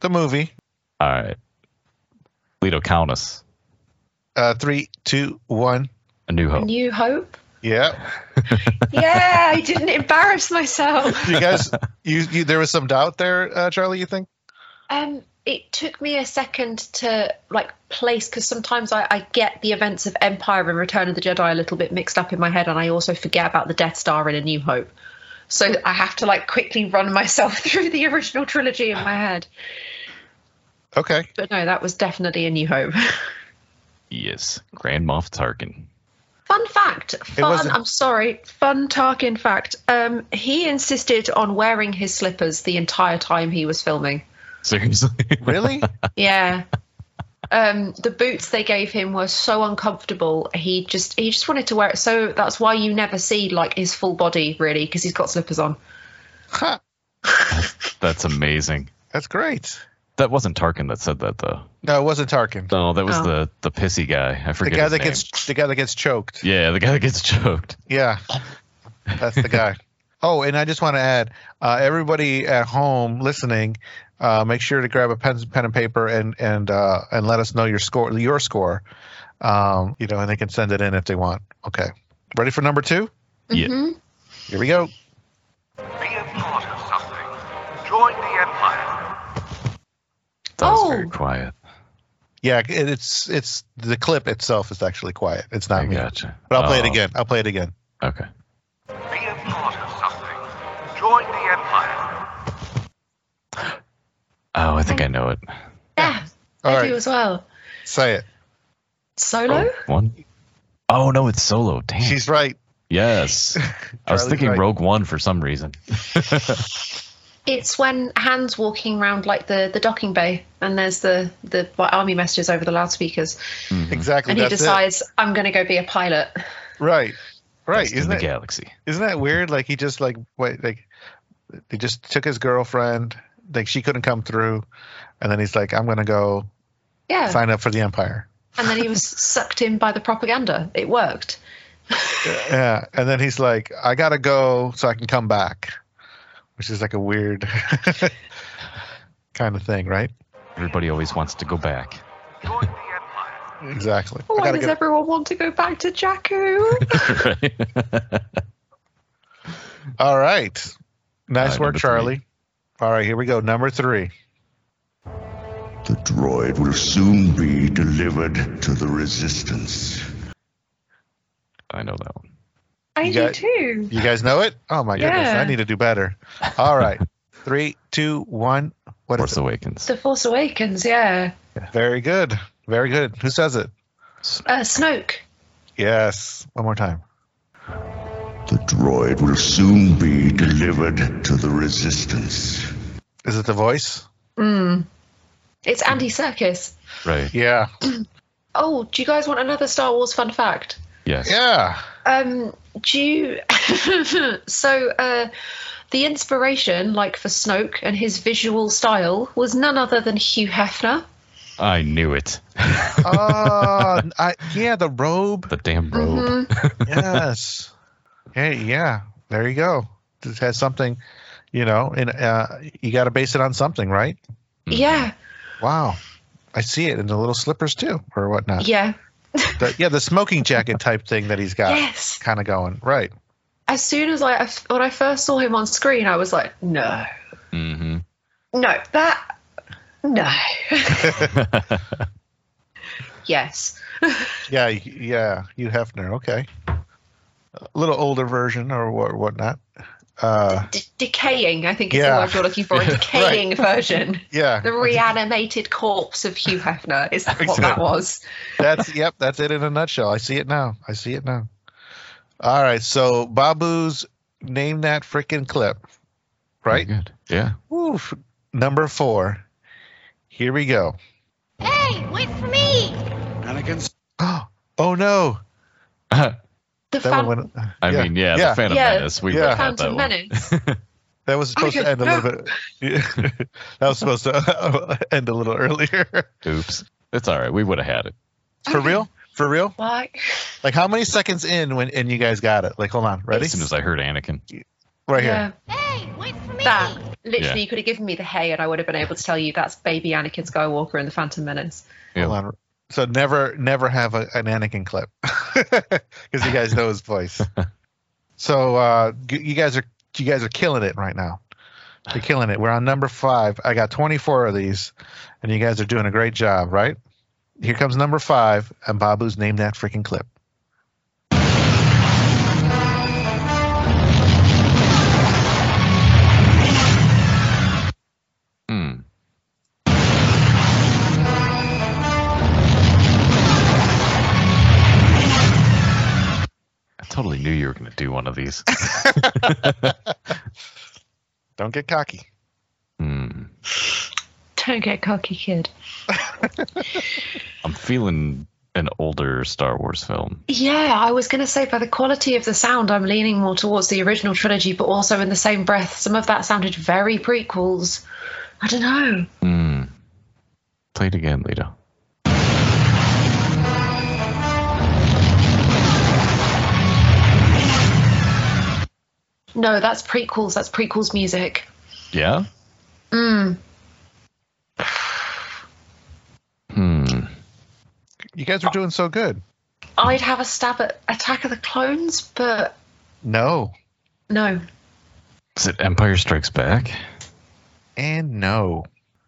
[SPEAKER 8] The movie.
[SPEAKER 7] All right, Leto, count us.
[SPEAKER 8] Uh, three, two, one.
[SPEAKER 7] A New Hope.
[SPEAKER 9] New Hope.
[SPEAKER 8] Yeah.
[SPEAKER 9] Yeah, I didn't embarrass myself.
[SPEAKER 7] [LAUGHS]
[SPEAKER 8] You guys, you, you there was some doubt there, uh, Charlie. You think?
[SPEAKER 9] Um, it took me a second to like place because sometimes I, I get the events of Empire and Return of the Jedi a little bit mixed up in my head, and I also forget about the Death Star in A New Hope. So I have to like quickly run myself [LAUGHS] through the original trilogy in my head.
[SPEAKER 8] Okay.
[SPEAKER 9] But no, that was definitely A New Hope. [LAUGHS]
[SPEAKER 7] Yes, Grand Moff Tarkin. [LAUGHS]
[SPEAKER 9] Fun fact, fun.
[SPEAKER 8] wasn't-
[SPEAKER 9] I'm sorry, fun Tarkin fact. Um, he insisted on wearing his slippers the entire time he was filming.
[SPEAKER 7] Seriously? [LAUGHS]
[SPEAKER 8] Really?
[SPEAKER 9] Yeah. Um, the boots they gave him were so uncomfortable. He just he just wanted to wear it. So that's why you never see like his full body really because he's got slippers on.
[SPEAKER 8] Ha,
[SPEAKER 7] That's amazing.
[SPEAKER 8] That's great.
[SPEAKER 7] That wasn't Tarkin that said that though.
[SPEAKER 8] No, it wasn't Tarkin.
[SPEAKER 7] No, that was
[SPEAKER 9] Oh.
[SPEAKER 7] the the pissy guy. I
[SPEAKER 8] The
[SPEAKER 7] forget.
[SPEAKER 8] guy
[SPEAKER 7] his
[SPEAKER 8] that
[SPEAKER 7] name.
[SPEAKER 8] gets the guy that gets
[SPEAKER 7] [LAUGHS]
[SPEAKER 8] choked.
[SPEAKER 7] Yeah, the guy that gets choked.
[SPEAKER 8] Yeah. That's the guy. Oh, and I just want to add, uh, everybody at home listening, uh, make sure to grab a pen, pen and paper and and uh, and let us know your score, your score. Um, you know, and they can send it in if they want. Okay, ready for number two?
[SPEAKER 7] Yeah.
[SPEAKER 9] Mhm.
[SPEAKER 8] Here we go.
[SPEAKER 1] Be a part of something. Join the Empire.
[SPEAKER 7] That was
[SPEAKER 9] Oh.
[SPEAKER 7] very quiet.
[SPEAKER 8] Yeah, it, it's it's the clip itself is actually quiet. It's not
[SPEAKER 7] I
[SPEAKER 8] me,
[SPEAKER 7] gotcha.
[SPEAKER 8] but I'll play it
[SPEAKER 7] Oh,
[SPEAKER 8] again. I'll play it again.
[SPEAKER 7] Okay.
[SPEAKER 1] Be a part of something. Join the Empire.
[SPEAKER 7] Oh, I think I know it.
[SPEAKER 9] Yeah,
[SPEAKER 8] All
[SPEAKER 9] I
[SPEAKER 8] right,
[SPEAKER 9] do as well.
[SPEAKER 8] say it.
[SPEAKER 9] Solo?
[SPEAKER 7] Oh, one. Oh no, it's solo. Damn.
[SPEAKER 8] She's right.
[SPEAKER 7] yes.
[SPEAKER 8] [LAUGHS]
[SPEAKER 7] I was
[SPEAKER 8] Charlie's
[SPEAKER 7] thinking
[SPEAKER 8] right.
[SPEAKER 7] Rogue One for some reason.
[SPEAKER 9] It's when Han's walking around like the, the docking bay, and there's the the like, army messages over the loudspeakers,
[SPEAKER 8] Exactly.
[SPEAKER 9] and he
[SPEAKER 8] that's it.
[SPEAKER 9] decides I'm going to go be a pilot.
[SPEAKER 8] Right. Right.
[SPEAKER 7] Lost in
[SPEAKER 8] Isn't
[SPEAKER 7] the
[SPEAKER 8] it?
[SPEAKER 7] galaxy.
[SPEAKER 8] Isn't that weird? Like he just like wait like they just took his girlfriend. Like she couldn't come through, and then he's like, "I'm gonna go
[SPEAKER 9] Yeah,
[SPEAKER 8] sign up for the Empire."
[SPEAKER 9] and then he
[SPEAKER 8] [LAUGHS]
[SPEAKER 9] was sucked in by the propaganda. It worked.
[SPEAKER 8] Yeah, and then he's like, "I gotta go so I can come back," which is like a weird [LAUGHS] kind of thing, right?
[SPEAKER 7] Everybody always wants to go
[SPEAKER 8] [LAUGHS]
[SPEAKER 7] back.
[SPEAKER 1] Join the Empire.
[SPEAKER 8] Exactly. I
[SPEAKER 9] Why
[SPEAKER 8] gotta
[SPEAKER 9] does
[SPEAKER 8] get-
[SPEAKER 9] everyone want to go back
[SPEAKER 8] [LAUGHS]
[SPEAKER 9] to Jakku?
[SPEAKER 7] Right?
[SPEAKER 8] All right. Nice
[SPEAKER 7] Alright,
[SPEAKER 8] work,
[SPEAKER 7] number
[SPEAKER 8] Charlie. All right, here we go. Number three.
[SPEAKER 5] The droid will soon be delivered to the Resistance.
[SPEAKER 7] I know that one.
[SPEAKER 9] I
[SPEAKER 8] You
[SPEAKER 9] do
[SPEAKER 8] got-
[SPEAKER 9] too.
[SPEAKER 8] You guys know it? Oh my goodness,
[SPEAKER 9] Yeah.
[SPEAKER 8] I need to do better. All right. Three, two, one. What is
[SPEAKER 7] Force Awakens.
[SPEAKER 9] The Force Awakens, yeah.
[SPEAKER 8] it? Very good. Very good. Who says it?
[SPEAKER 9] Uh, Snoke.
[SPEAKER 8] Yes. One more time.
[SPEAKER 5] The droid will soon be delivered to the Resistance.
[SPEAKER 8] Is it the voice?
[SPEAKER 9] Mm. It's Andy
[SPEAKER 8] Hmm.
[SPEAKER 9] Serkis.
[SPEAKER 7] Right.
[SPEAKER 8] Yeah.
[SPEAKER 9] Oh, do you guys want another Star Wars fun fact?
[SPEAKER 7] Yes.
[SPEAKER 8] Yeah.
[SPEAKER 9] Um, do you... [LAUGHS] so, uh, the inspiration, like for Snoke and his visual style, was none other than Hugh Hefner.
[SPEAKER 7] I knew it.
[SPEAKER 8] Uh, I, yeah, the robe.
[SPEAKER 7] The damn
[SPEAKER 8] Mm-hmm.
[SPEAKER 7] robe.
[SPEAKER 9] Mhm.
[SPEAKER 8] Yes. hey, yeah. There you go. This has something, you know, and uh, you got to base it on something, right? Hmm.
[SPEAKER 9] Yeah,
[SPEAKER 8] Wow. I see it in the little slippers too, or whatnot. Yeah,
[SPEAKER 9] yeah,
[SPEAKER 8] the, yeah, the smoking jacket type thing that he's got,
[SPEAKER 9] yes.
[SPEAKER 8] kind of going right.
[SPEAKER 9] As soon as I, I f- when I first saw him on screen, I was like, no,
[SPEAKER 7] Mm-hmm.
[SPEAKER 9] no, that,
[SPEAKER 8] [LAUGHS]
[SPEAKER 9] no, yes.
[SPEAKER 8] Yeah, y- yeah, you Hefner. Okay, a little older version or what, whatnot. Uh,
[SPEAKER 9] D- decaying, I think is
[SPEAKER 8] Yeah.
[SPEAKER 9] the word you're
[SPEAKER 8] [LAUGHS]
[SPEAKER 9] looking for. A decaying version.
[SPEAKER 8] yeah,
[SPEAKER 9] The reanimated corpse of Hugh
[SPEAKER 8] [LAUGHS]
[SPEAKER 9] Hefner is what that was.
[SPEAKER 8] that's yep, that's it in a nutshell. I see it now. I see it now. All right, so Babu's name that freaking clip,
[SPEAKER 7] Very
[SPEAKER 8] right?
[SPEAKER 7] Good. Yeah.
[SPEAKER 8] Oof. Number four. Here we go. [GASPS]
[SPEAKER 6] Hey, wait for me!
[SPEAKER 5] Anakin's
[SPEAKER 8] Oh no,
[SPEAKER 9] The
[SPEAKER 8] that
[SPEAKER 9] fan-
[SPEAKER 8] one went.
[SPEAKER 7] I
[SPEAKER 8] yeah.
[SPEAKER 7] mean, yeah,
[SPEAKER 8] Yeah.
[SPEAKER 7] the Phantom
[SPEAKER 9] Yeah.
[SPEAKER 7] Menace. We
[SPEAKER 8] Yeah.
[SPEAKER 7] yeah. had that
[SPEAKER 9] Phantom
[SPEAKER 7] one.
[SPEAKER 8] [LAUGHS]
[SPEAKER 9] Menace.
[SPEAKER 8] That was supposed to
[SPEAKER 9] Okay,
[SPEAKER 8] end a little bit. [LAUGHS] that was supposed to [LAUGHS] end a little earlier.
[SPEAKER 7] Oops. It's all right. We would have had it.
[SPEAKER 8] For real? For real?
[SPEAKER 9] Why?
[SPEAKER 8] Like how many seconds in when and you guys got it? Like hold on, ready?
[SPEAKER 7] As soon as I heard Anakin.
[SPEAKER 8] Right here.
[SPEAKER 9] Yeah,
[SPEAKER 6] Hey, wait for me!
[SPEAKER 9] that. Literally,
[SPEAKER 7] Yeah.
[SPEAKER 9] you could have given me the hay, and I would have been able to tell you that's baby Anakin Skywalker in the Phantom Menace.
[SPEAKER 7] Yeah.
[SPEAKER 8] Hold on. So never, never have a, an Anakin clip [LAUGHS] because you guys know his voice. so uh, g- you guys are you guys are killing it right now. You're killing it. We're on number five. I got 24 of these, and you guys are doing a great job, right? Here comes number five, and Babu's name that freaking clip.
[SPEAKER 7] Hmm. I totally knew you were going to do one of
[SPEAKER 8] [LAUGHS]
[SPEAKER 7] these.
[SPEAKER 8] Don't get cocky.
[SPEAKER 7] Hmm.
[SPEAKER 9] Don't get cocky, kid.
[SPEAKER 7] I'm feeling an older Star Wars film.
[SPEAKER 9] Yeah, I was going to say by the quality of the sound, I'm leaning more towards the original trilogy, but also in the same breath, some of that sounded very prequels. I don't know.
[SPEAKER 7] Hmm. Play it again, Lito.
[SPEAKER 9] No, that's prequels. That's prequels music.
[SPEAKER 7] Yeah.
[SPEAKER 9] Mm.
[SPEAKER 7] Hmm.
[SPEAKER 8] You guys were doing so good.
[SPEAKER 9] I'd have a stab at Attack of the Clones, but
[SPEAKER 8] No,
[SPEAKER 9] no.
[SPEAKER 7] Is it Empire Strikes Back?
[SPEAKER 8] and no.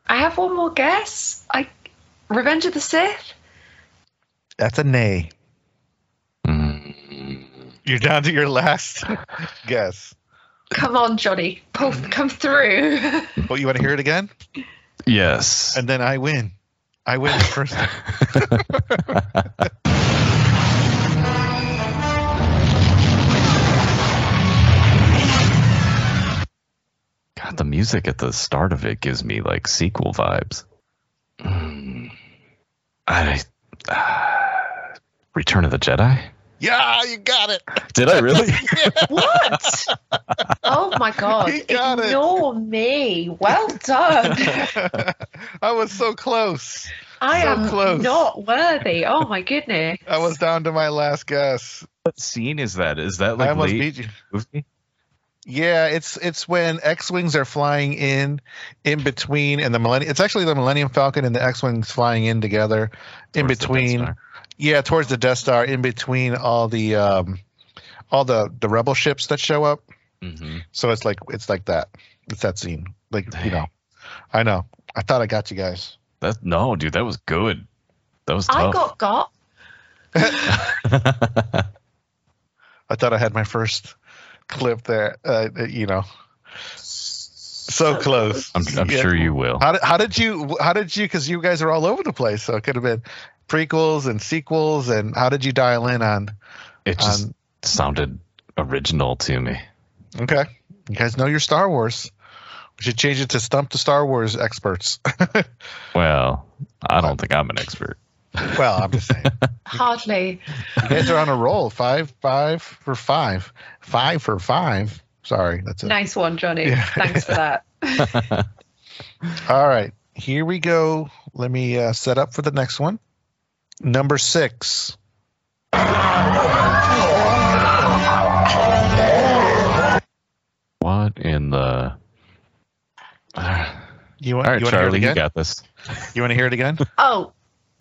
[SPEAKER 9] I have one more guess. I Revenge of the Sith.
[SPEAKER 8] That's a nay. You're down to your last [LAUGHS] guess.
[SPEAKER 9] Come on, Johnny, pull,
[SPEAKER 8] Mm.
[SPEAKER 9] come through.
[SPEAKER 8] [LAUGHS] Well, you want to hear it again?
[SPEAKER 7] Yes.
[SPEAKER 8] [LAUGHS] And then I win. I win the
[SPEAKER 7] [LAUGHS]
[SPEAKER 8] first time.
[SPEAKER 7] God, the music at the start of it gives me like sequel vibes. Hmm. I [SIGHS] ah, Return of the Jedi.
[SPEAKER 8] Yeah, you got it.
[SPEAKER 7] Did I
[SPEAKER 8] [LAUGHS]
[SPEAKER 7] really? [LAUGHS]
[SPEAKER 9] what? Oh my God!
[SPEAKER 8] He got it.
[SPEAKER 9] Ignore me. Well
[SPEAKER 8] [LAUGHS]
[SPEAKER 9] done.
[SPEAKER 7] [LAUGHS]
[SPEAKER 8] I was so close.
[SPEAKER 9] I
[SPEAKER 8] So
[SPEAKER 9] am
[SPEAKER 8] close.
[SPEAKER 9] not worthy. Oh my goodness.
[SPEAKER 8] I was down to my last guess.
[SPEAKER 7] what scene is that? Is that
[SPEAKER 8] I
[SPEAKER 7] like
[SPEAKER 8] almost
[SPEAKER 7] late
[SPEAKER 8] beat you.
[SPEAKER 7] movie?
[SPEAKER 8] Yeah, it's it's when X-wings are flying in, in between, and the Millennium. It's actually the Millennium Falcon and the X-wings flying in together, in
[SPEAKER 7] Towards the Death
[SPEAKER 8] between.
[SPEAKER 7] Star.
[SPEAKER 8] Yeah, towards the Death Star, in between all the um, all the the rebel ships that show up.
[SPEAKER 7] Mhm.
[SPEAKER 8] So it's like it's like that. It's that scene. Like you know, I know. I thought I got you guys.
[SPEAKER 7] That no, dude, that was good. That was
[SPEAKER 9] I
[SPEAKER 7] tough.
[SPEAKER 9] got got.
[SPEAKER 8] I thought I had my first clip there. Uh, you know, so close.
[SPEAKER 7] [LAUGHS] I'm, I'm
[SPEAKER 8] Yeah.
[SPEAKER 7] sure you will.
[SPEAKER 8] How did, how did you how did you because you guys are all over the place so it could have been prequels and sequels and how did you dial in on
[SPEAKER 7] It just
[SPEAKER 8] Um,
[SPEAKER 7] sounded original to me.
[SPEAKER 8] okay you guys know your Star Wars we should change it to stump the Star Wars experts [LAUGHS]
[SPEAKER 7] Well, I don't think I'm an expert.
[SPEAKER 8] well I'm just saying
[SPEAKER 9] Hardly.
[SPEAKER 8] you guys are on a roll five five for five five for five sorry that's it
[SPEAKER 9] Nice one, Johnny. Thanks
[SPEAKER 8] [LAUGHS]
[SPEAKER 9] for that.
[SPEAKER 8] all right here we go let me uh, set up for the next one number six
[SPEAKER 7] What in the? Ah.
[SPEAKER 8] you want
[SPEAKER 7] All right,
[SPEAKER 8] you want to hear it
[SPEAKER 7] Charlie, you
[SPEAKER 8] again
[SPEAKER 7] got this.
[SPEAKER 8] you want to hear
[SPEAKER 7] [LAUGHS]
[SPEAKER 8] it again
[SPEAKER 9] Oh,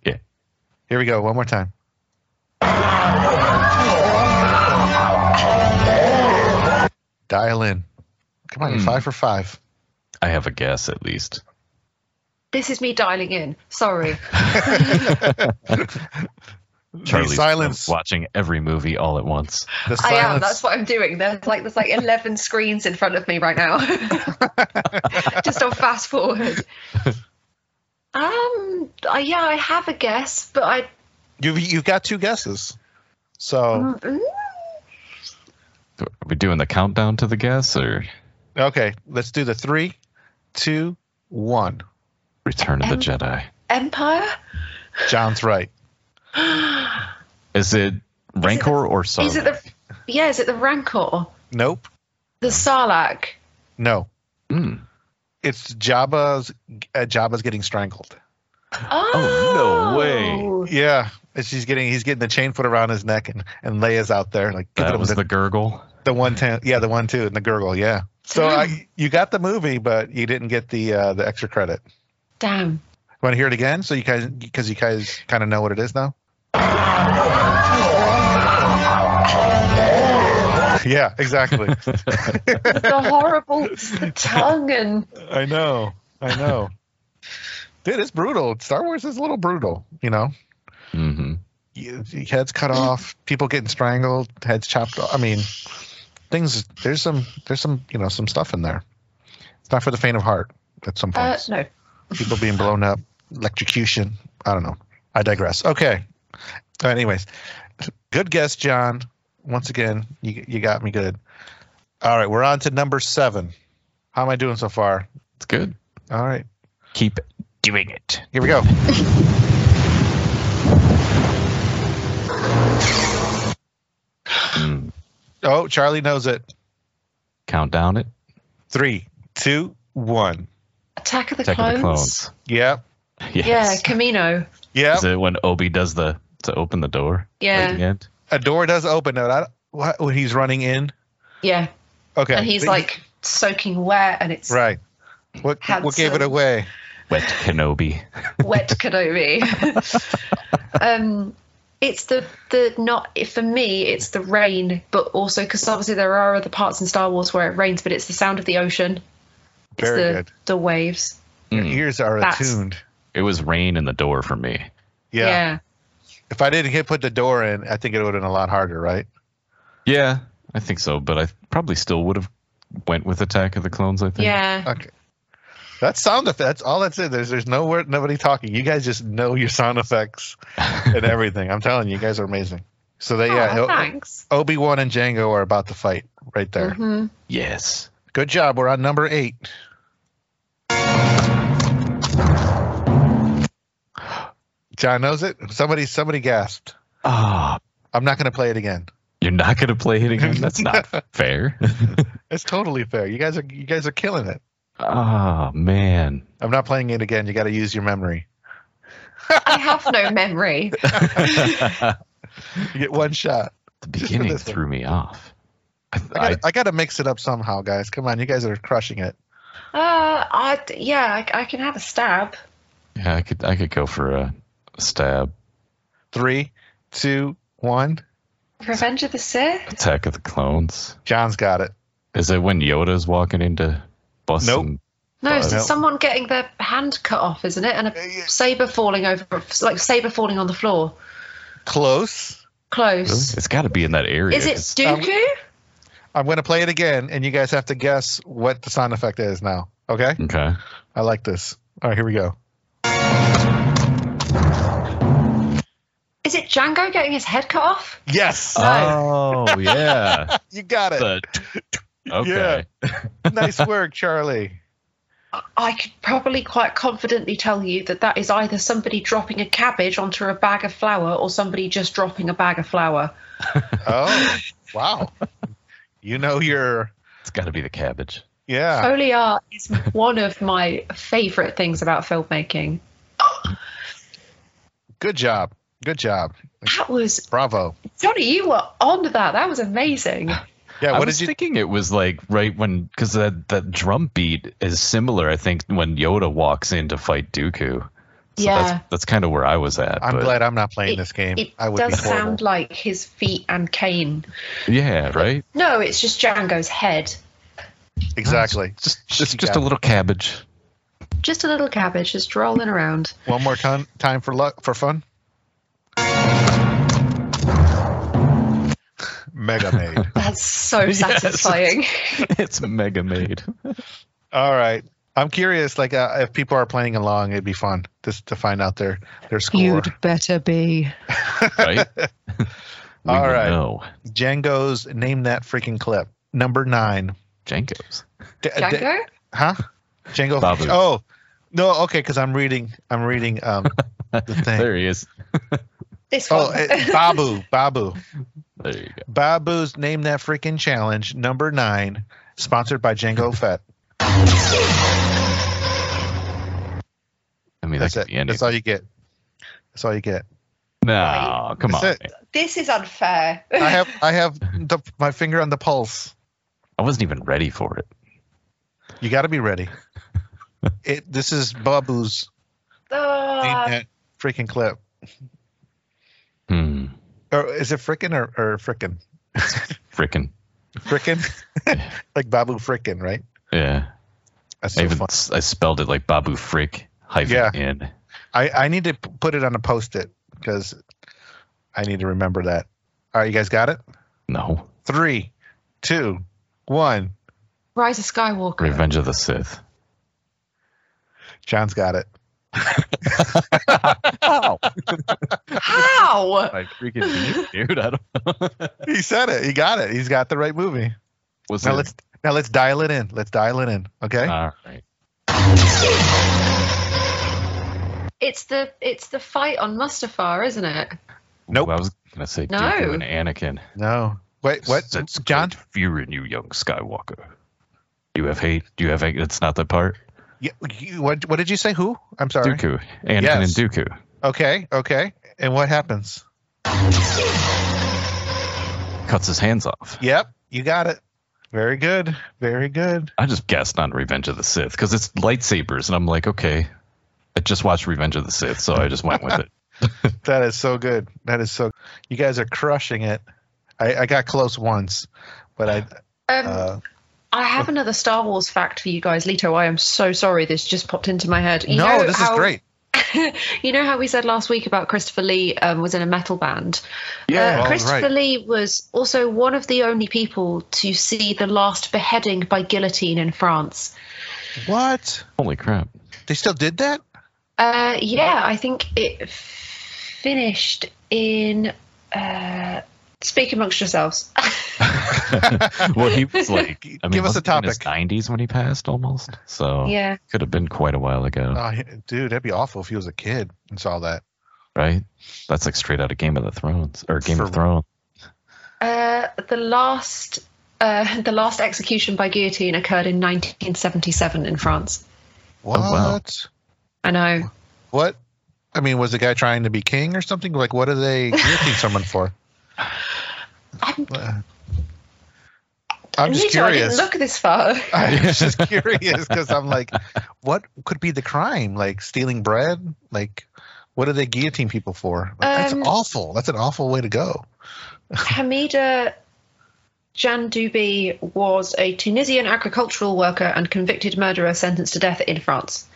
[SPEAKER 8] here we go one more time dial in come on you're
[SPEAKER 7] Hmm.
[SPEAKER 8] five for five
[SPEAKER 7] I have a guess at least.
[SPEAKER 9] this is me dialing in. Sorry.
[SPEAKER 7] Charlie's
[SPEAKER 8] silence.
[SPEAKER 7] watching every movie all at once.
[SPEAKER 8] the
[SPEAKER 9] I
[SPEAKER 8] silence
[SPEAKER 9] am. That's what I'm doing. There's like there's like eleven screens in front of me right now. [LAUGHS] Just on fast forward. Um. I yeah, I have a guess, but I.
[SPEAKER 8] you've, you've got two guesses so
[SPEAKER 9] mm,
[SPEAKER 7] Are we doing the countdown to the guess or
[SPEAKER 9] Mm-hmm.
[SPEAKER 8] okay let's do the three two one
[SPEAKER 7] Return of the
[SPEAKER 9] Um,
[SPEAKER 7] Jedi?
[SPEAKER 9] Empire.
[SPEAKER 8] john's right
[SPEAKER 7] Is it Rancor or Saru?
[SPEAKER 9] Is it the? Yeah. Is it the Rancor?
[SPEAKER 8] nope
[SPEAKER 9] The Sarlacc.
[SPEAKER 8] no
[SPEAKER 7] Hmm.
[SPEAKER 8] it's jabba's uh, jabba's getting strangled
[SPEAKER 9] Oh,
[SPEAKER 7] no way.
[SPEAKER 8] yeah and she's getting he's getting the chain put around his neck and and leia's out there like giving
[SPEAKER 7] That
[SPEAKER 8] him
[SPEAKER 7] was
[SPEAKER 8] the-
[SPEAKER 7] the gurgle.
[SPEAKER 8] The one ten, yeah, the one two and the gurgle, yeah. So I, you got the movie, but you didn't get the uh, the extra credit.
[SPEAKER 9] Damn.
[SPEAKER 8] Want to hear it again? So you guys, because you guys kind of know what it is now. Yeah, exactly.
[SPEAKER 9] The horrible the tongue and
[SPEAKER 8] [LAUGHS] I know, I know. Dude, it's brutal. Star Wars is a little brutal, you know.
[SPEAKER 7] hmm
[SPEAKER 8] You- Heads cut off, people getting strangled, heads chopped off. I mean, things. There's some. There's some. You know, some stuff in there. It's not for the faint of heart. At some
[SPEAKER 9] uh,
[SPEAKER 8] points.
[SPEAKER 9] no.
[SPEAKER 8] people being blown up, electrocution. I don't know. I digress. Okay. Uh, Anyways, good guess, John. Once again, you you got me good. All right, we're on to number seven. How am I doing so far?
[SPEAKER 7] It's good.
[SPEAKER 8] All right,
[SPEAKER 7] Keep doing it.
[SPEAKER 8] here we go.
[SPEAKER 7] Hmm.
[SPEAKER 8] Oh, Charlie knows it.
[SPEAKER 7] Countdown it.
[SPEAKER 8] Three, two, one.
[SPEAKER 9] Attack of the
[SPEAKER 7] Attack
[SPEAKER 9] Clones.
[SPEAKER 7] of the Clones. [LAUGHS]
[SPEAKER 8] Yep.
[SPEAKER 9] Yeah,
[SPEAKER 7] Yes.
[SPEAKER 9] Camino.
[SPEAKER 8] Yep.
[SPEAKER 7] Is it when Obi does the to open the door?
[SPEAKER 9] Yeah.
[SPEAKER 7] At the end?
[SPEAKER 8] A door does open. Now, that- what- when he's running in.
[SPEAKER 9] Yeah.
[SPEAKER 8] Okay.
[SPEAKER 9] and he's
[SPEAKER 8] But you-
[SPEAKER 9] like soaking wet, and it's
[SPEAKER 8] right. What what gave it
[SPEAKER 9] Handsome.
[SPEAKER 8] away?
[SPEAKER 7] Wet Kenobi.
[SPEAKER 8] [LAUGHS]
[SPEAKER 9] wet Kenobi. um, it's the the not for me. It's the rain, but also because obviously there are other parts in Star Wars where it rains, but it's the sound of the ocean. It's
[SPEAKER 8] Very
[SPEAKER 9] the,
[SPEAKER 8] good.
[SPEAKER 9] The waves.
[SPEAKER 8] Your
[SPEAKER 7] Hmm.
[SPEAKER 8] ears are
[SPEAKER 9] That's-
[SPEAKER 8] attuned.
[SPEAKER 7] It was rain in the door for me.
[SPEAKER 8] Yeah.
[SPEAKER 9] yeah.
[SPEAKER 8] If I didn't hit put the door in, I think it would have been a lot harder, right?
[SPEAKER 7] Yeah, I think so, but I probably still would have went with Attack of the Clones. I think.
[SPEAKER 9] Yeah.
[SPEAKER 8] Okay. That sound effect. That's all that's it. There's there's no word, nobody talking. You guys just know your sound effects and everything. I'm telling you, you guys are amazing. So they
[SPEAKER 9] Oh,
[SPEAKER 8] yeah,
[SPEAKER 9] thanks.
[SPEAKER 8] Obi Wan and Django are about to fight right there.
[SPEAKER 9] hmm
[SPEAKER 7] Yes.
[SPEAKER 8] Good job. We're on number eight. John knows it. Somebody somebody gasped.
[SPEAKER 7] Ah,
[SPEAKER 8] I'm not gonna play it again.
[SPEAKER 7] you're not gonna play hitting him.
[SPEAKER 8] [LAUGHS]
[SPEAKER 7] That's not fair.
[SPEAKER 8] It's totally fair. You guys are you guys are killing it.
[SPEAKER 7] Ah man.
[SPEAKER 8] I'm not playing it again. You gotta use your memory.
[SPEAKER 9] I have
[SPEAKER 8] [LAUGHS]
[SPEAKER 9] no memory. Uh,
[SPEAKER 7] the
[SPEAKER 8] You get one shot.
[SPEAKER 7] beginning
[SPEAKER 8] this one.
[SPEAKER 7] threw me off. I,
[SPEAKER 8] I gotta, I, gotta mix it up somehow, guys. Come on, you guys are crushing it.
[SPEAKER 9] Uh, I yeah, I, I can have a stab.
[SPEAKER 7] I- yeah, I could I could go for a stab.
[SPEAKER 8] Three, two, one.
[SPEAKER 9] Revenge of the Sith.
[SPEAKER 7] Attack of the Clones.
[SPEAKER 8] John's got it.
[SPEAKER 7] Is it when Yoda's walking into busting?
[SPEAKER 9] No, it's
[SPEAKER 8] Nope.
[SPEAKER 9] someone getting their hand cut off, isn't it? And a
[SPEAKER 8] Uh, yeah.
[SPEAKER 9] saber falling over, like saber falling on the floor.
[SPEAKER 8] Close.
[SPEAKER 9] Close.
[SPEAKER 7] It's got to be in that area.
[SPEAKER 9] Is it
[SPEAKER 7] 'cause
[SPEAKER 9] Dooku?
[SPEAKER 8] I'm gonna play it again, and you guys have to guess what the sound effect is now. Okay?
[SPEAKER 7] Okay.
[SPEAKER 8] I like this. All right, here we go.
[SPEAKER 9] Is it Django getting his head cut off?
[SPEAKER 8] Yes,
[SPEAKER 7] Oh
[SPEAKER 8] [LAUGHS]
[SPEAKER 7] yeah.
[SPEAKER 8] you got it.
[SPEAKER 7] The- okay.
[SPEAKER 8] nice work, Charlie.
[SPEAKER 9] I could probably quite confidently tell you that that is either somebody dropping a cabbage onto a bag of flour or somebody just dropping a bag of flour.
[SPEAKER 8] Oh, wow. You know your
[SPEAKER 7] It's got to be the cabbage.
[SPEAKER 8] yeah.
[SPEAKER 9] Foley art is one of my favourite things about filmmaking.
[SPEAKER 8] Good job. Good job.
[SPEAKER 9] That was
[SPEAKER 8] Bravo.
[SPEAKER 9] Johnny. You were on to that. That was amazing.
[SPEAKER 8] Yeah.
[SPEAKER 7] I
[SPEAKER 8] What
[SPEAKER 7] was
[SPEAKER 8] did you?
[SPEAKER 7] thinking it was like right when because that that drum beat is similar. I think when Yoda walks in to fight Dooku. So
[SPEAKER 9] Yeah.
[SPEAKER 7] That's, that's kind of where I was at.
[SPEAKER 8] I'm
[SPEAKER 7] but-
[SPEAKER 8] glad I'm not playing
[SPEAKER 9] It-
[SPEAKER 8] this game.
[SPEAKER 9] It
[SPEAKER 8] I would be
[SPEAKER 9] does
[SPEAKER 8] horrible.
[SPEAKER 9] sound like his feet and cane.
[SPEAKER 7] Yeah.
[SPEAKER 8] [LAUGHS]
[SPEAKER 7] Right.
[SPEAKER 9] No, it's just Django's head.
[SPEAKER 8] exactly.
[SPEAKER 7] Just just,
[SPEAKER 8] you
[SPEAKER 7] just
[SPEAKER 8] got
[SPEAKER 7] a
[SPEAKER 8] it.
[SPEAKER 7] little cabbage. [LAUGHS]
[SPEAKER 9] Just a little cabbage, just rolling around.
[SPEAKER 8] One more time, time for luck for fun. Mega made.
[SPEAKER 9] That's so
[SPEAKER 7] Yes.
[SPEAKER 9] satisfying.
[SPEAKER 7] it's mega
[SPEAKER 8] [LAUGHS]
[SPEAKER 7] made.
[SPEAKER 8] [LAUGHS] All right. I'm curious, like uh, if people are playing along, it'd be fun just to find out their their score.
[SPEAKER 9] better be.
[SPEAKER 7] Right. we
[SPEAKER 8] All
[SPEAKER 7] will
[SPEAKER 8] right.
[SPEAKER 7] know.
[SPEAKER 8] Django's name that freaking clip number nine.
[SPEAKER 7] Django's.
[SPEAKER 8] D- d-
[SPEAKER 9] Django?
[SPEAKER 8] huh? Django.
[SPEAKER 7] Babu.
[SPEAKER 8] Oh no. Okay, because I'm reading. I'm reading um the
[SPEAKER 7] [LAUGHS]
[SPEAKER 8] thing.
[SPEAKER 7] There he is.
[SPEAKER 9] This one.
[SPEAKER 8] Oh, it, Babu. Babu.
[SPEAKER 7] There you go.
[SPEAKER 8] Babu's name that freaking challenge number nine, sponsored by Django Fett.
[SPEAKER 7] I mean,
[SPEAKER 8] That's
[SPEAKER 7] that could
[SPEAKER 8] it.
[SPEAKER 7] be any.
[SPEAKER 8] That's all you get. That's all you get.
[SPEAKER 7] no, come on.
[SPEAKER 8] That's it.
[SPEAKER 7] man.
[SPEAKER 9] [LAUGHS] this is unfair.
[SPEAKER 8] I have I have the, my finger on the pulse.
[SPEAKER 7] I wasn't even ready for it.
[SPEAKER 8] You got to be ready. It this is Babu's
[SPEAKER 9] [LAUGHS] Ah,
[SPEAKER 8] that freaking clip.
[SPEAKER 7] Hmm.
[SPEAKER 8] Or is it frickin' or, or frickin'?
[SPEAKER 7] Frickin'.
[SPEAKER 8] Frickin'? like Babu frickin', right?
[SPEAKER 7] Yeah.
[SPEAKER 8] That's
[SPEAKER 7] I
[SPEAKER 8] so
[SPEAKER 7] even
[SPEAKER 8] fun.
[SPEAKER 7] s- I spelled it like Babu Frick hyphen
[SPEAKER 8] Yeah.
[SPEAKER 7] in.
[SPEAKER 8] I, I need to p- put it on a post it because I need to remember that. All right, you guys got it?
[SPEAKER 7] No,
[SPEAKER 8] Three, two, one.
[SPEAKER 9] Rise of Skywalker.
[SPEAKER 7] Revenge of the Sith.
[SPEAKER 8] John's got it.
[SPEAKER 7] [LAUGHS]
[SPEAKER 9] How?
[SPEAKER 7] I
[SPEAKER 9] [LAUGHS]
[SPEAKER 7] freaking dude. I don't.
[SPEAKER 8] He said it. He got it. He's got the right movie.
[SPEAKER 7] [LAUGHS] Was
[SPEAKER 8] Now
[SPEAKER 7] it?
[SPEAKER 8] let's now let's dial it in. Let's dial it in. Okay.
[SPEAKER 7] All right.
[SPEAKER 9] It's the it's the fight on Mustafar, isn't it?
[SPEAKER 8] Nope.
[SPEAKER 7] Ooh, I was gonna say
[SPEAKER 9] No.
[SPEAKER 7] Dooku and Anakin.
[SPEAKER 8] no. Wait. What?
[SPEAKER 7] That's
[SPEAKER 8] John?
[SPEAKER 7] Fear in you, young Skywalker. You have hate. You have. ang- It's not that part.
[SPEAKER 8] Yeah, you, what? What did you say? Who? I'm sorry.
[SPEAKER 7] Dooku. Anakin
[SPEAKER 8] Yes.
[SPEAKER 7] and Dooku.
[SPEAKER 8] Okay. Okay. And what happens?
[SPEAKER 7] Cuts his hands off.
[SPEAKER 8] Yep. You got it. Very good. Very good.
[SPEAKER 7] I just guessed on Revenge of the Sith because it's lightsabers, and I'm like, okay, I just watched Revenge of the Sith, so I just went with
[SPEAKER 8] [LAUGHS]
[SPEAKER 7] it.
[SPEAKER 8] That is so good. That is so. You guys are crushing it. I, I got close once, but I.
[SPEAKER 9] Um,
[SPEAKER 8] Uh,
[SPEAKER 9] I have another Star Wars fact for you guys, Leto. I am so sorry. This just popped into my head. You
[SPEAKER 8] no,
[SPEAKER 9] know
[SPEAKER 8] this
[SPEAKER 9] how-
[SPEAKER 8] is great.
[SPEAKER 9] you know how we said last week about Christopher Lee um, was in a metal band?
[SPEAKER 8] Yeah,
[SPEAKER 9] Uh,
[SPEAKER 8] all
[SPEAKER 9] Christopher
[SPEAKER 8] right.
[SPEAKER 9] Lee was also one of the only people to see the last beheading by guillotine in France.
[SPEAKER 8] What?
[SPEAKER 7] Holy
[SPEAKER 8] [LAUGHS]
[SPEAKER 7] crap!
[SPEAKER 8] They still did that?
[SPEAKER 9] Uh, yeah, I think it finished in. Uh, speak amongst yourselves.
[SPEAKER 7] well, he was like, I mean,
[SPEAKER 8] Give us a
[SPEAKER 7] wasn't he in his
[SPEAKER 8] topic.
[SPEAKER 7] 90s when he passed, almost. So
[SPEAKER 9] [LAUGHS] Yeah.
[SPEAKER 7] could have been quite a while ago,
[SPEAKER 8] Oh, he- dude, that'd be awful if he was a kid and saw that.
[SPEAKER 7] right? That's like straight out of Game of the Thrones or Game of
[SPEAKER 8] For-
[SPEAKER 7] Thrones.
[SPEAKER 9] Uh, the last. Uh, [LAUGHS] the last execution by guillotine occurred in 1977 in France.
[SPEAKER 8] What?
[SPEAKER 7] Oh, wow.
[SPEAKER 9] I know.
[SPEAKER 8] What? I mean, was the guy trying to be king or something? Like, what are they guillotine someone
[SPEAKER 9] [LAUGHS]
[SPEAKER 8] for?
[SPEAKER 9] I'm,
[SPEAKER 8] I'm just
[SPEAKER 9] Leto, I didn't
[SPEAKER 8] curious.
[SPEAKER 9] look this far.
[SPEAKER 8] [LAUGHS]
[SPEAKER 9] [LAUGHS]
[SPEAKER 8] I'm just curious because I'm like, what could be the crime? Like stealing bread? Like, what do they guillotine people for? Like,
[SPEAKER 9] Um,
[SPEAKER 8] that's awful. That's an awful way to go.
[SPEAKER 9] Hamida Jandoubi was a Tunisian agricultural worker and convicted murderer sentenced to death in France.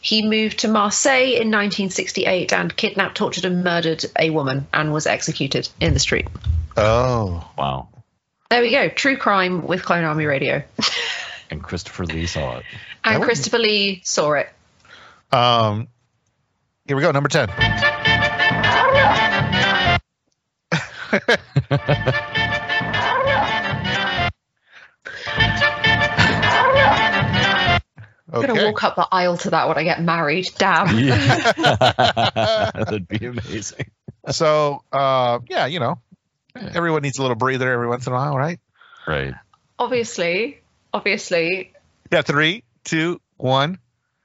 [SPEAKER 9] He moved to Marseille in 1968 and kidnapped, tortured, and murdered a woman and was executed in the street.
[SPEAKER 8] Oh,
[SPEAKER 7] Wow.
[SPEAKER 9] There we go. True crime with Clone Army Radio.
[SPEAKER 7] And Christopher Lee saw it.
[SPEAKER 9] And
[SPEAKER 8] would-
[SPEAKER 9] Christopher Lee saw it.
[SPEAKER 8] um, here we go. Number
[SPEAKER 9] [LAUGHS]
[SPEAKER 8] ten.
[SPEAKER 9] I'm going to
[SPEAKER 8] Okay.
[SPEAKER 9] walk up the aisle to that when I get married.
[SPEAKER 8] [LAUGHS]
[SPEAKER 9] Damn.
[SPEAKER 7] Yeah. [LAUGHS] That'd be amazing.
[SPEAKER 8] So, uh, yeah, you know,
[SPEAKER 7] Yeah.
[SPEAKER 8] everyone needs a little breather every once in a while, right?
[SPEAKER 7] Right.
[SPEAKER 9] Obviously. Obviously.
[SPEAKER 8] Yeah, three, two, one.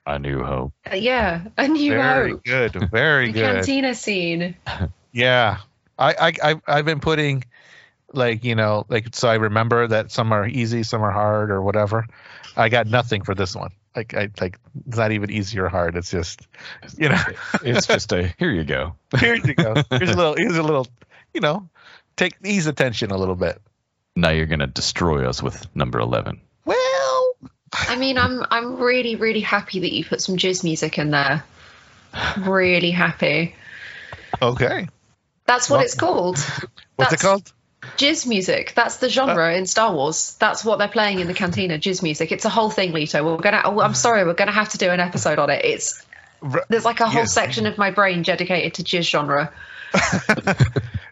[SPEAKER 7] A New Hope.
[SPEAKER 9] Uh, Yeah. A new
[SPEAKER 8] Very
[SPEAKER 9] hope.
[SPEAKER 8] good. Very
[SPEAKER 9] The
[SPEAKER 8] good.
[SPEAKER 9] cantina scene.
[SPEAKER 8] Yeah, I, I, I I've been putting, like you know, like so I remember that some are easy, some are hard, or whatever. I got nothing for this one. Like I like it's not even easy or hard. It's just, you know, [LAUGHS]
[SPEAKER 7] It's just a here you go.
[SPEAKER 8] here you go. Here's a little. Here's a little. You know, take ease the tension a little bit.
[SPEAKER 7] Now you're gonna destroy us with number eleven.
[SPEAKER 8] Well,
[SPEAKER 9] I mean, I'm I'm really really happy that you put some jizz music in there. Really happy.
[SPEAKER 8] okay.
[SPEAKER 9] That's what
[SPEAKER 8] Well-
[SPEAKER 9] it's called.
[SPEAKER 8] What's
[SPEAKER 9] That's-
[SPEAKER 8] it called?
[SPEAKER 9] Jizz music. That's the
[SPEAKER 8] Uh,
[SPEAKER 9] genre in Star Wars. That's what they're playing in the cantina. Jizz music. It's a whole thing, Leto. We're gonna. oh, I'm sorry. We're gonna have to do an episode on it. It's
[SPEAKER 8] R-
[SPEAKER 9] there's like a whole
[SPEAKER 8] Yes.
[SPEAKER 9] section of my brain dedicated to jizz genre.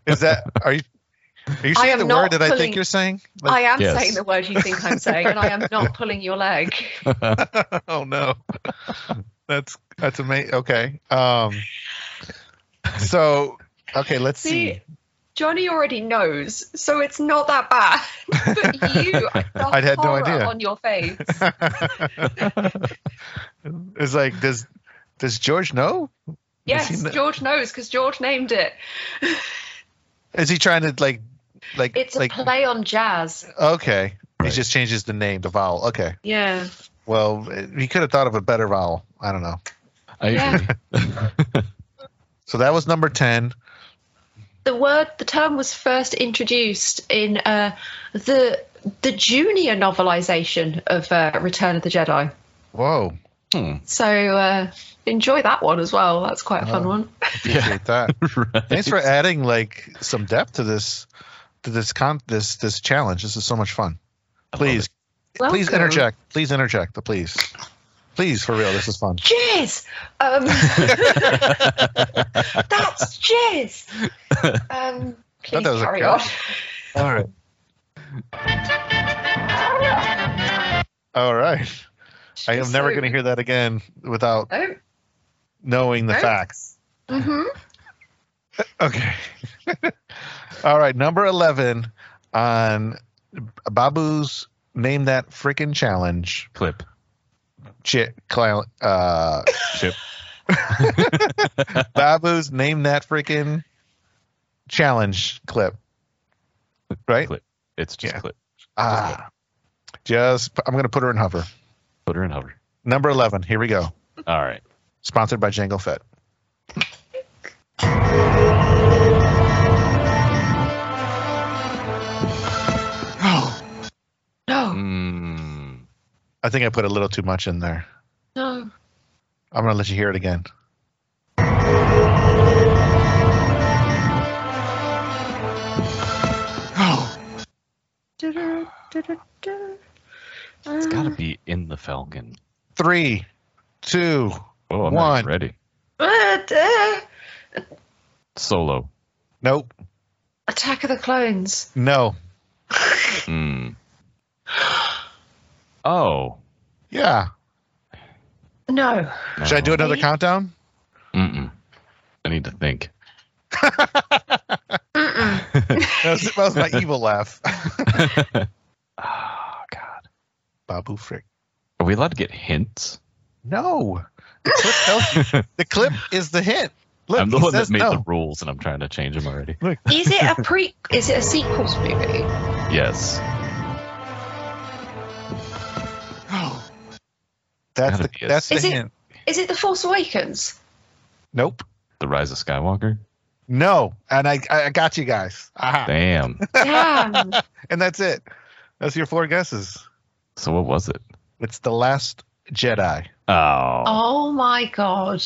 [SPEAKER 8] Is that are you? Are you
[SPEAKER 9] I
[SPEAKER 8] saying
[SPEAKER 9] am
[SPEAKER 8] the
[SPEAKER 9] not
[SPEAKER 8] word that I
[SPEAKER 9] pulling-
[SPEAKER 8] think you're saying?
[SPEAKER 9] I am
[SPEAKER 7] Yes.
[SPEAKER 9] saying the word you think I'm saying, and I am
[SPEAKER 8] [LAUGHS]
[SPEAKER 9] not pulling your leg.
[SPEAKER 8] oh no
[SPEAKER 7] [LAUGHS]
[SPEAKER 8] that's that's amazing okay um so okay let's see,
[SPEAKER 9] See, Johnny already knows, so it's not that bad. [LAUGHS] But you, I felt
[SPEAKER 8] [LAUGHS] I'd had no
[SPEAKER 9] horror
[SPEAKER 8] idea.
[SPEAKER 9] on your face.
[SPEAKER 8] [LAUGHS] it's like does does george know
[SPEAKER 9] Yes,
[SPEAKER 8] kn-
[SPEAKER 9] George knows because George named it.
[SPEAKER 8] is he trying to like like
[SPEAKER 9] It's a
[SPEAKER 8] like
[SPEAKER 9] play on jazz.
[SPEAKER 8] okay
[SPEAKER 7] Right.
[SPEAKER 8] he just changes the name the vowel okay
[SPEAKER 9] Yeah.
[SPEAKER 8] well he could have thought of a better vowel i don't know
[SPEAKER 7] I
[SPEAKER 9] Yeah.
[SPEAKER 7] agree.
[SPEAKER 8] so that was number 10
[SPEAKER 9] The word, the term was first introduced in uh, the the junior novelization of uh, Return of the Jedi.
[SPEAKER 8] whoa
[SPEAKER 9] So uh, enjoy that one as well. That's quite a fun
[SPEAKER 8] Oh.
[SPEAKER 9] one.
[SPEAKER 8] appreciate that
[SPEAKER 7] [LAUGHS] [LAUGHS] Right.
[SPEAKER 8] thanks for adding like some depth to this to this con this this challenge this is so much fun
[SPEAKER 7] I love
[SPEAKER 8] please please
[SPEAKER 9] Welcome.
[SPEAKER 8] interject please interject the please please for real this is fun
[SPEAKER 9] Jizz.
[SPEAKER 8] [LAUGHS]
[SPEAKER 9] Um, that's
[SPEAKER 8] [LAUGHS]
[SPEAKER 9] jizz. Um, please
[SPEAKER 8] that was a
[SPEAKER 9] carry on.
[SPEAKER 8] curse. all right all right i am never going to hear that again without
[SPEAKER 9] Oh,
[SPEAKER 8] knowing the
[SPEAKER 9] Right.
[SPEAKER 8] facts
[SPEAKER 9] hmm
[SPEAKER 8] okay [LAUGHS] all right number 11 on babu's name that freaking challenge
[SPEAKER 7] clip.
[SPEAKER 8] chip clown [LAUGHS] uh chip babu's name that freaking challenge clip right
[SPEAKER 7] Clip. It's just
[SPEAKER 8] Yeah.
[SPEAKER 7] clip.
[SPEAKER 8] ah Just, I'm going to put her in hover.
[SPEAKER 7] Put her in hover.
[SPEAKER 8] Number 11. Here we go.
[SPEAKER 7] All right.
[SPEAKER 8] Sponsored by Jango Fett.
[SPEAKER 9] No,
[SPEAKER 7] Mm,
[SPEAKER 8] I think I put a little too much in there.
[SPEAKER 9] no.
[SPEAKER 8] I'm going to let you hear it again.
[SPEAKER 7] it's got to be in the Falcon.
[SPEAKER 8] Three, two,
[SPEAKER 7] Oh, I'm not
[SPEAKER 8] One.
[SPEAKER 7] even ready.
[SPEAKER 9] Uh, duh.
[SPEAKER 7] Solo.
[SPEAKER 8] nope,
[SPEAKER 9] Attack of the Clones.
[SPEAKER 8] no.
[SPEAKER 7] Mm. [SIGHS] Oh.
[SPEAKER 8] Yeah.
[SPEAKER 9] No.
[SPEAKER 8] Should I do another
[SPEAKER 9] Me?
[SPEAKER 8] countdown?
[SPEAKER 7] Mm-mm. I need to think.
[SPEAKER 8] That was, that
[SPEAKER 7] [LAUGHS]
[SPEAKER 8] was my evil laugh.
[SPEAKER 7] Oh, God.
[SPEAKER 8] Babu Frick.
[SPEAKER 7] Are we allowed to get hints?
[SPEAKER 8] No. The clip,
[SPEAKER 7] [LAUGHS]
[SPEAKER 8] tells you- the clip is the hint. Look,
[SPEAKER 7] I'm the
[SPEAKER 8] he
[SPEAKER 7] one that
[SPEAKER 8] says
[SPEAKER 7] made
[SPEAKER 8] no.
[SPEAKER 7] the rules, and I'm trying to change them already.
[SPEAKER 9] Is it a pre? is it a sequels movie?
[SPEAKER 7] Yes.
[SPEAKER 8] That's
[SPEAKER 7] Gotta
[SPEAKER 8] the,
[SPEAKER 7] be a-
[SPEAKER 8] that's the
[SPEAKER 9] Is it-
[SPEAKER 8] hint.
[SPEAKER 9] Is it The Force Awakens?
[SPEAKER 8] Nope.
[SPEAKER 7] The Rise of Skywalker?
[SPEAKER 8] No. And I, I I got you guys. Aha.
[SPEAKER 7] Damn.
[SPEAKER 9] Damn.
[SPEAKER 8] And that's it. That's your four guesses.
[SPEAKER 7] So what was it?
[SPEAKER 8] It's the last Jedi. [LAUGHS]
[SPEAKER 7] Oh.
[SPEAKER 9] oh my god.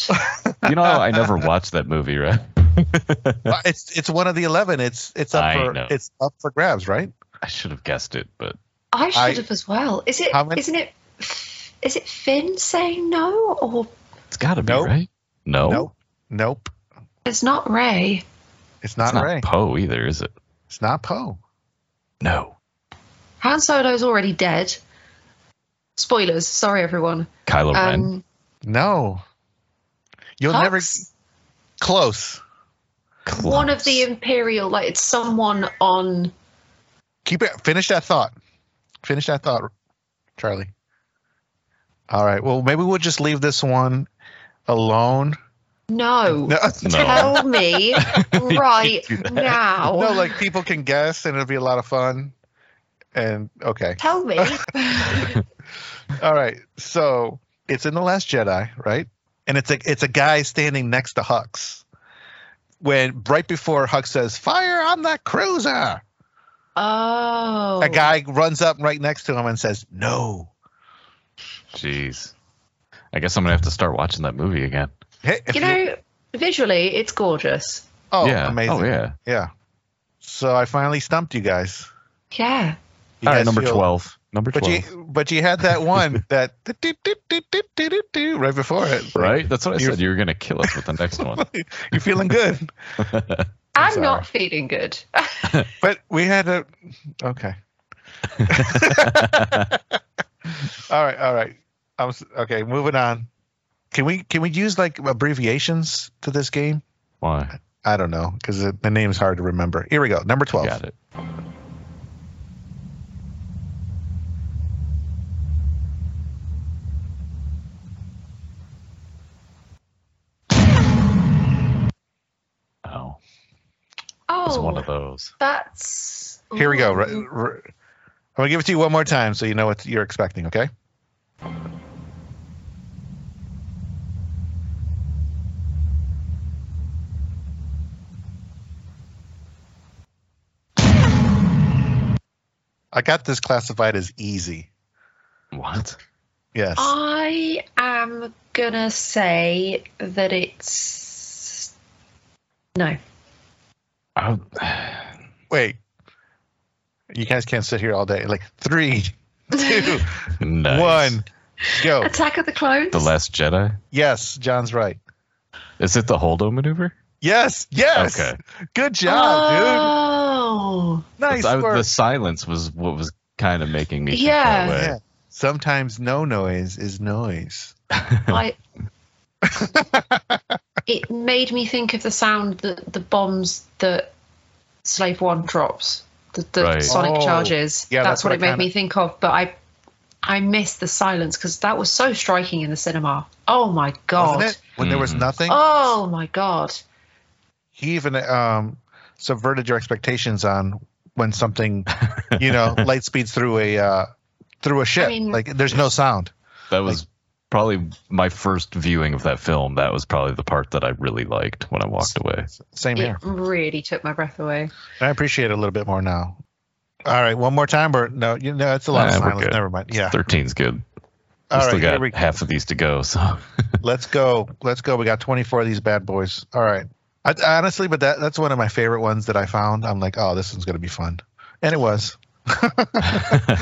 [SPEAKER 7] You know, I
[SPEAKER 8] [LAUGHS]
[SPEAKER 7] never watched that movie, right?
[SPEAKER 8] Well, Uh, it's it's one of the eleven. It's it's up
[SPEAKER 7] I
[SPEAKER 8] for
[SPEAKER 7] know.
[SPEAKER 8] it's up for grabs, right?
[SPEAKER 7] I should have guessed it, but
[SPEAKER 9] I should
[SPEAKER 8] I-
[SPEAKER 9] have as well. Is it?
[SPEAKER 8] How many-
[SPEAKER 9] Isn't it? Is it Finn saying no, or
[SPEAKER 7] it's got to be,
[SPEAKER 8] Nope.
[SPEAKER 7] right? No.
[SPEAKER 8] Nope. Nope.
[SPEAKER 9] it's not Ray?
[SPEAKER 8] It's
[SPEAKER 7] It's
[SPEAKER 8] not,
[SPEAKER 7] not
[SPEAKER 8] Ray.
[SPEAKER 7] Poe either, is it?
[SPEAKER 8] It's not Poe.
[SPEAKER 7] No.
[SPEAKER 9] Han Solo's already dead. Spoilers. Sorry, everyone.
[SPEAKER 7] Kylo Ren?
[SPEAKER 9] Um,
[SPEAKER 8] No. You'll never
[SPEAKER 9] Hux?
[SPEAKER 8] close.
[SPEAKER 9] one of the Imperial. Like it's someone on.
[SPEAKER 8] Keep it. Finish that thought. Finish that thought, Charlie. All right. Well, maybe we'll just leave this one alone.
[SPEAKER 9] No.
[SPEAKER 8] No,
[SPEAKER 7] No.
[SPEAKER 9] Tell me right now.
[SPEAKER 8] [LAUGHS] no, like people can guess, and it'll be a lot of fun. And okay. [LAUGHS]
[SPEAKER 9] Tell me.
[SPEAKER 8] All right. So it's in the Last Jedi, right? And it's a it's a guy standing next to Hux. When right before Hux says, "Fire on that cruiser,"
[SPEAKER 9] Oh.
[SPEAKER 8] a guy runs up right next to him and says, "No."
[SPEAKER 7] Jeez. I guess I'm going to have to start watching that movie again.
[SPEAKER 8] Hey, if
[SPEAKER 9] You know, visually, it's gorgeous.
[SPEAKER 8] oh,
[SPEAKER 7] yeah. Oh,
[SPEAKER 8] amazing.
[SPEAKER 7] yeah.
[SPEAKER 8] Yeah. So I finally stumped you guys.
[SPEAKER 9] Yeah.
[SPEAKER 8] You
[SPEAKER 7] All right,
[SPEAKER 8] guys
[SPEAKER 7] number
[SPEAKER 8] feel-
[SPEAKER 7] 12. Number
[SPEAKER 8] But
[SPEAKER 7] 12.
[SPEAKER 8] [LAUGHS] you but you had that one that right before it.
[SPEAKER 7] right? That's what I
[SPEAKER 8] You're-
[SPEAKER 7] said. You were going to kill us with the next
[SPEAKER 8] [LAUGHS]
[SPEAKER 7] one.
[SPEAKER 8] You're feeling good.
[SPEAKER 9] I'm, not feeling good.
[SPEAKER 8] But we had a
[SPEAKER 7] [LAUGHS]
[SPEAKER 8] okay. all right, all right. I'm s- okay. Moving on. Can we can we use like abbreviations to this game?
[SPEAKER 7] Why?
[SPEAKER 8] I don't know because the name's hard to remember. Here we go. Number twelve.
[SPEAKER 7] Got it. Oh, it was one of
[SPEAKER 9] oh,
[SPEAKER 7] those.
[SPEAKER 9] that's.
[SPEAKER 8] Here we go.
[SPEAKER 9] Ooh.
[SPEAKER 8] Re- re- I'm gonna give it to you one more time so you know what you're expecting. Okay. I got this classified as easy.
[SPEAKER 7] What?
[SPEAKER 8] Yes.
[SPEAKER 9] Oh. I am gonna say that it's no.
[SPEAKER 7] Oh, [LAUGHS]
[SPEAKER 8] Wait. You guys can't sit here all day. Like three, two,
[SPEAKER 7] nice.
[SPEAKER 8] one, go.
[SPEAKER 9] Attack of the Clones.
[SPEAKER 7] The Last Jedi?
[SPEAKER 8] Yes, John's right.
[SPEAKER 7] Is it the Holdo maneuver?
[SPEAKER 8] Yes, yes.
[SPEAKER 7] Okay.
[SPEAKER 8] Good job,
[SPEAKER 9] Oh,
[SPEAKER 8] dude. Nice
[SPEAKER 7] I-
[SPEAKER 8] work.
[SPEAKER 7] the silence was what was kind of making me think
[SPEAKER 9] Yeah.
[SPEAKER 7] that way.
[SPEAKER 8] Yeah. Sometimes no noise is noise.
[SPEAKER 9] I. [LAUGHS] it made me think of the sound that the bombs that Slave One drops, the, the
[SPEAKER 7] Right.
[SPEAKER 9] sonic
[SPEAKER 8] Oh,
[SPEAKER 9] charges.
[SPEAKER 8] yeah,
[SPEAKER 9] that's,
[SPEAKER 8] that's
[SPEAKER 9] what,
[SPEAKER 8] what
[SPEAKER 9] it
[SPEAKER 8] I
[SPEAKER 9] made
[SPEAKER 8] kinda-
[SPEAKER 9] me think of. But I, I missed the silence because that was so striking in the cinema. Oh my god!
[SPEAKER 8] Wasn't it? When there was
[SPEAKER 7] Mhm.
[SPEAKER 8] nothing,
[SPEAKER 9] Oh my god!
[SPEAKER 8] he even um,
[SPEAKER 7] [LAUGHS]
[SPEAKER 8] subverted your expectations on when something, you know, light speeds through a uh, through a ship.
[SPEAKER 9] mean-
[SPEAKER 8] like there's no sound.
[SPEAKER 7] That was probably my first viewing of that film. That was probably the part that I really liked when I walked away.
[SPEAKER 8] Same here.
[SPEAKER 9] It really took my breath away.
[SPEAKER 8] I appreciate it a little bit more now. All right, one more time, or no? You know, it's a lot
[SPEAKER 7] Nah,
[SPEAKER 8] of
[SPEAKER 7] we're
[SPEAKER 8] silence.
[SPEAKER 7] good.
[SPEAKER 8] Never mind. Yeah.
[SPEAKER 7] 13's good. We
[SPEAKER 8] All right,
[SPEAKER 7] still
[SPEAKER 8] here
[SPEAKER 7] got
[SPEAKER 8] we,
[SPEAKER 7] half of these to go. So
[SPEAKER 8] let's go. Let's go. We got 24 of these bad boys. All right. I, I honestly, but that that's one of my favorite ones that I found. I'm like, oh, this one's gonna be fun, and it was. [LAUGHS]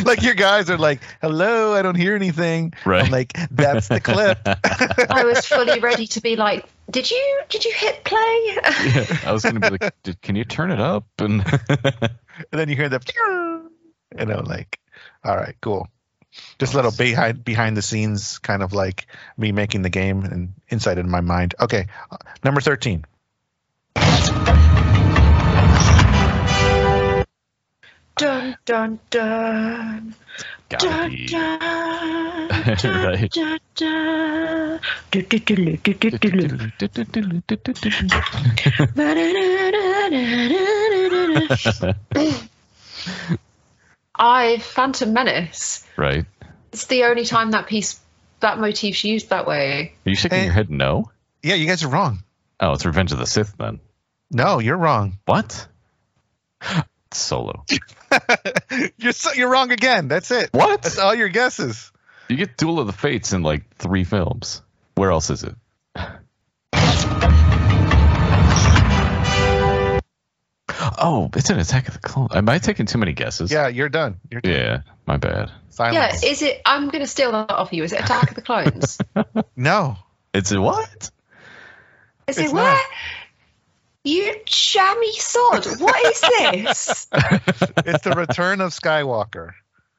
[SPEAKER 8] like your guys are like, hello, I don't hear anything.
[SPEAKER 7] Right.
[SPEAKER 8] I'm like, that's
[SPEAKER 7] [LAUGHS]
[SPEAKER 8] the clip.
[SPEAKER 9] I was fully ready to be like, "Did you did you hit play?" [LAUGHS]
[SPEAKER 7] I was going to be like, "Did- can you turn it up? And [LAUGHS]
[SPEAKER 8] and then you hear the [LAUGHS] and I'm like, all right, cool. Just a little behind behind the scenes kind of like me making the game and insight in my mind. Okay, uh, number thirteen.
[SPEAKER 9] dun dun dun
[SPEAKER 7] gotta
[SPEAKER 9] dun
[SPEAKER 7] be. [LAUGHS]
[SPEAKER 9] dun.
[SPEAKER 7] right.
[SPEAKER 9] dun, dun. Du- du- du- lu- du- du- du- lu. I Phantom Menace.
[SPEAKER 7] [LAUGHS] right.
[SPEAKER 9] It's the only time that piece that motif's used that way.
[SPEAKER 7] Are you shaking
[SPEAKER 8] Eh.
[SPEAKER 7] your head no?
[SPEAKER 8] Yeah, you guys are wrong.
[SPEAKER 7] Oh, it's Revenge of the Sith then.
[SPEAKER 8] No, you're wrong.
[SPEAKER 7] What? [GASPS] Solo.
[SPEAKER 8] [LAUGHS] you're so, you're wrong again. That's it.
[SPEAKER 7] What?
[SPEAKER 8] That's all your guesses.
[SPEAKER 7] You get Duel of the Fates in like three films. Where else is it? Oh, it's an Attack of the Clones. Am I taking too many guesses?
[SPEAKER 8] Yeah, you're done. You're done.
[SPEAKER 7] Yeah, my bad.
[SPEAKER 9] Yeah,
[SPEAKER 8] silence.
[SPEAKER 9] is it? I'm going to steal that off you. Is it Attack of the Clones?
[SPEAKER 8] [LAUGHS] no.
[SPEAKER 7] It's a what?
[SPEAKER 8] It's
[SPEAKER 9] Is it
[SPEAKER 8] not.
[SPEAKER 9] what? You jammy sod! What
[SPEAKER 8] [LAUGHS]
[SPEAKER 9] is this?
[SPEAKER 8] It's the return of Skywalker.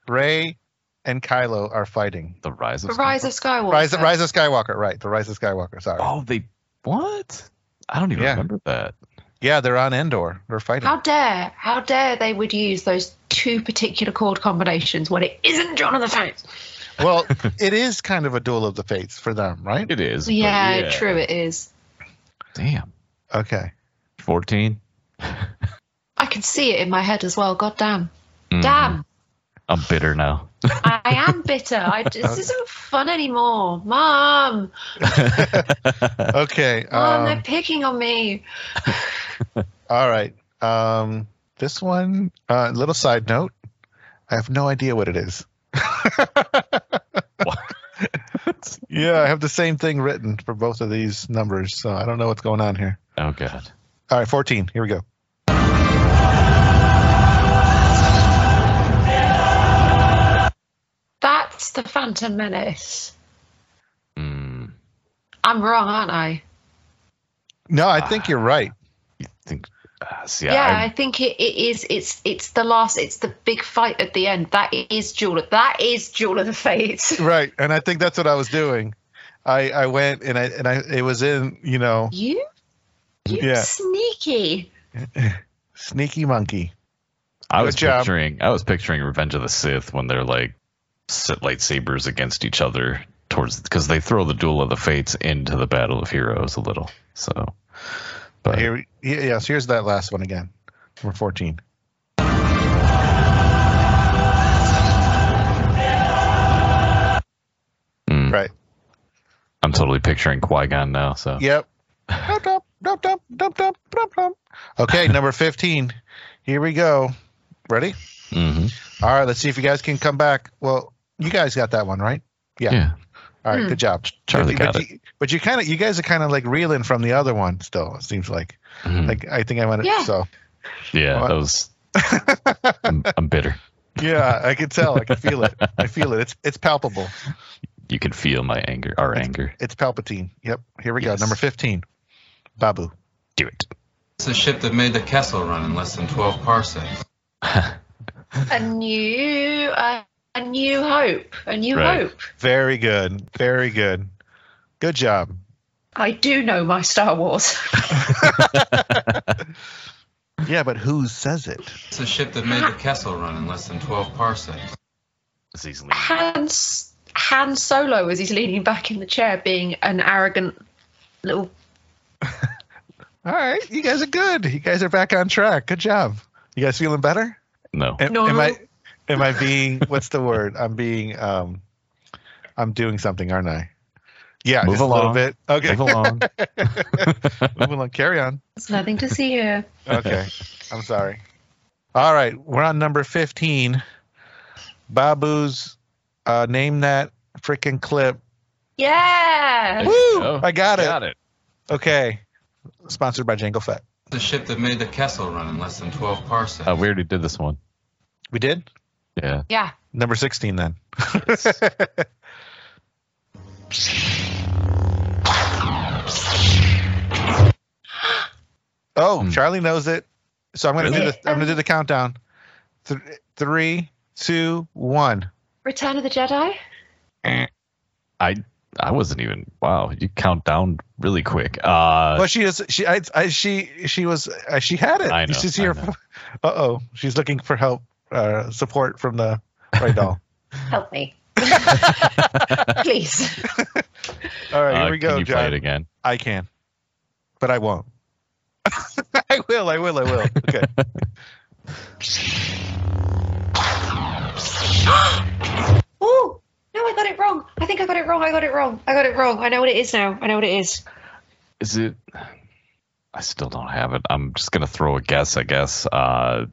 [SPEAKER 8] Ray and Kylo are fighting.
[SPEAKER 7] The Rise of
[SPEAKER 9] The Rise of Skywalker.
[SPEAKER 8] Rise, Rise of Skywalker, right? The Rise of Skywalker. Sorry.
[SPEAKER 7] Oh, they what? I don't even
[SPEAKER 8] Yeah.
[SPEAKER 7] remember that.
[SPEAKER 8] Yeah, they're on Endor. They're fighting.
[SPEAKER 9] How dare, how dare they would use those two particular chord combinations when it isn't John of the Fates?
[SPEAKER 8] well, it is kind of a duel of the fates for them, right?
[SPEAKER 7] It is. but
[SPEAKER 9] Yeah, true, it is.
[SPEAKER 7] Damn.
[SPEAKER 8] Okay.
[SPEAKER 7] Fourteen.
[SPEAKER 9] I can see it in my head as well. God damn.
[SPEAKER 8] Mm-hmm.
[SPEAKER 9] Damn.
[SPEAKER 7] Mm, I'm bitter now.
[SPEAKER 9] I am bitter. I,
[SPEAKER 8] [LAUGHS]
[SPEAKER 9] this isn't fun anymore. Mom,
[SPEAKER 8] Okay.
[SPEAKER 9] Mom, they're
[SPEAKER 8] um,
[SPEAKER 9] picking on me.
[SPEAKER 8] all right. Um, this one, uh, little side note. I have no idea what it is. Yeah, I have the same thing written for both of these numbers, so I don't know what's going on here.
[SPEAKER 7] Oh god.
[SPEAKER 8] All right, 14. Here we go.
[SPEAKER 9] That's the Phantom Menace.
[SPEAKER 7] Mm,
[SPEAKER 9] I'm wrong, aren't I?
[SPEAKER 8] No, I think you're right.
[SPEAKER 7] you think? Uh, see,
[SPEAKER 9] Yeah, I,
[SPEAKER 7] I,
[SPEAKER 9] think it, it is. It's it's the last. It's the big fight at the end. That is Jewel. Of, that is Jewel of the
[SPEAKER 8] [LAUGHS]
[SPEAKER 9] Fates.
[SPEAKER 8] Right, and I think that's what I was doing. I I went and I and I it was in you know
[SPEAKER 9] You, you
[SPEAKER 8] Yeah.
[SPEAKER 9] sneaky.
[SPEAKER 8] sneaky monkey.
[SPEAKER 7] I was
[SPEAKER 8] Good job.
[SPEAKER 7] picturing. I was picturing Revenge of the Sith when they're like set lightsabers against each other towards because they throw the Duel of the Fates into the Battle of Heroes a little. So, but
[SPEAKER 8] Here we- yeah, yeah, so here's that last one again. Number 14.
[SPEAKER 7] Mm.
[SPEAKER 8] Right.
[SPEAKER 7] I'm totally picturing Qui Gon now. So
[SPEAKER 8] Yep. Dump, dump, dump, dump, dump, dump, dump, dump.
[SPEAKER 7] [LAUGHS]
[SPEAKER 8] Okay, number 15. Here we go. Ready?
[SPEAKER 7] Mhm.
[SPEAKER 8] All right, let's see if you guys can come back. Well, you guys got that one, right? Yeah.
[SPEAKER 7] yeah.
[SPEAKER 8] All right, good job.
[SPEAKER 7] Charlie
[SPEAKER 8] but,
[SPEAKER 7] got
[SPEAKER 8] you, but you kind of you guys are kind of like reeling from the other one still. It seems like
[SPEAKER 7] Mhm.
[SPEAKER 8] like I think I went
[SPEAKER 9] Yeah.
[SPEAKER 8] so
[SPEAKER 7] Mm-hmm. Yeah,
[SPEAKER 8] What?
[SPEAKER 7] that
[SPEAKER 8] [LAUGHS]
[SPEAKER 7] was. I'm, I'm bitter.
[SPEAKER 8] yeah I could tell I could feel it I feel it it's it's palpable
[SPEAKER 7] You can feel my anger, our anger.
[SPEAKER 8] it's Palpatine yep here we go
[SPEAKER 7] Yes.
[SPEAKER 8] number fifteen Babu
[SPEAKER 7] Do it.
[SPEAKER 11] It's the ship that made the Kessel run in less than 12 parsecs.
[SPEAKER 9] A new, uh, a new hope. A new
[SPEAKER 7] Right.
[SPEAKER 9] hope.
[SPEAKER 8] very good very good good job
[SPEAKER 9] I do know my Star Wars.
[SPEAKER 8] yeah but who says it
[SPEAKER 11] It's the ship that made the Kessel run in less than 12 parsecs.
[SPEAKER 7] It's easily.
[SPEAKER 9] Han, S- Han Solo, as he's leaning back in the chair, being an arrogant little.
[SPEAKER 8] all right you guys are good you guys are back on track good job you guys feeling better
[SPEAKER 7] No.
[SPEAKER 8] Am,
[SPEAKER 9] No.
[SPEAKER 8] am I Am I being what's the word? I'm being um I'm doing something, aren't I? Yeah,
[SPEAKER 7] Move
[SPEAKER 8] just
[SPEAKER 7] along.
[SPEAKER 8] a little bit. Okay.
[SPEAKER 7] Move along.
[SPEAKER 8] Move along. Carry
[SPEAKER 7] [LAUGHS]
[SPEAKER 8] on.
[SPEAKER 9] There's nothing to see here.
[SPEAKER 8] Okay. I'm sorry. All right, we're on number 15. Babu's uh name that freaking clip.
[SPEAKER 9] Yeah.
[SPEAKER 8] Woo!
[SPEAKER 7] go.
[SPEAKER 8] I [LAUGHS] got it.
[SPEAKER 7] Oh, Got it.
[SPEAKER 8] Okay. Sponsored by Jangle Fett.
[SPEAKER 11] The ship that made the Kessel run in less than 12 parsecs.
[SPEAKER 7] Uh, we already did this one.
[SPEAKER 8] We did?
[SPEAKER 7] Yeah.
[SPEAKER 9] Yeah.
[SPEAKER 8] Number 16 then. [LAUGHS] oh,
[SPEAKER 7] Hmm.
[SPEAKER 8] Charlie knows it. So I'm gonna do
[SPEAKER 9] Really?
[SPEAKER 8] the I'm gonna do the countdown. Th- three, two, one.
[SPEAKER 9] Return of the Jedi.
[SPEAKER 7] I I wasn't even. Wow, you count down really quick. Uh,
[SPEAKER 8] well, she is she I, I she she was uh, she had it.
[SPEAKER 7] I know,
[SPEAKER 8] She's
[SPEAKER 7] I
[SPEAKER 8] here. [LAUGHS]
[SPEAKER 7] know.
[SPEAKER 8] Uh oh, she's looking for help, uh, support from the right doll.
[SPEAKER 7] [LAUGHS]
[SPEAKER 9] Help me. [LAUGHS] Please.
[SPEAKER 8] All right, here
[SPEAKER 7] uh,
[SPEAKER 8] we
[SPEAKER 7] Can
[SPEAKER 8] go,
[SPEAKER 7] you
[SPEAKER 8] John.
[SPEAKER 7] play it again?
[SPEAKER 8] I can, but I won't. [LAUGHS] I will. I will. I
[SPEAKER 7] [LAUGHS]
[SPEAKER 8] will. Okay.
[SPEAKER 9] [GASPS] Oh no, I got it wrong. I think I got it wrong. I got it wrong. I got it wrong. I know what it is now. I know what it is.
[SPEAKER 7] Is it? I still don't have it. I'm just gonna throw a guess. I guess. Uh,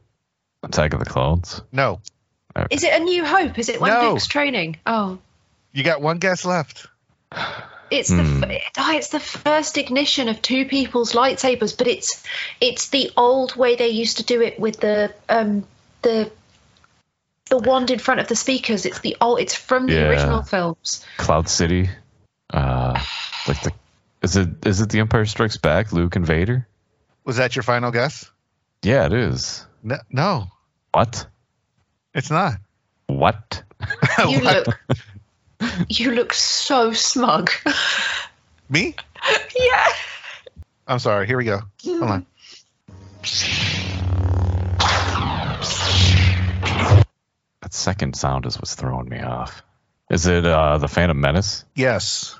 [SPEAKER 7] Attack of the Clones.
[SPEAKER 8] No,
[SPEAKER 9] Is it a New Hope? Is it one
[SPEAKER 8] No.
[SPEAKER 9] Luke's training? Oh,
[SPEAKER 8] you got one guess left.
[SPEAKER 9] it's the f- oh, it's the first ignition of two people's lightsabers, but it's it's the old way they used to do it with the um the the wand in front of the speakers. It's the old. It's from the
[SPEAKER 7] Yeah.
[SPEAKER 9] original films.
[SPEAKER 7] Cloud City. Uh, like the. Is it? Is it The Empire Strikes Back? Luke and Vader.
[SPEAKER 8] Was that your final guess?
[SPEAKER 7] Yeah, it is.
[SPEAKER 8] No, no
[SPEAKER 7] What?
[SPEAKER 8] it's not.
[SPEAKER 7] What?
[SPEAKER 9] [LAUGHS] You
[SPEAKER 8] What?
[SPEAKER 9] look. You look so smug. [LAUGHS]
[SPEAKER 8] Me?
[SPEAKER 9] yeah.
[SPEAKER 8] I'm sorry. Here we go. Hold on.
[SPEAKER 7] That second sound is what's throwing me off. Is it uh the Phantom Menace
[SPEAKER 8] Yes.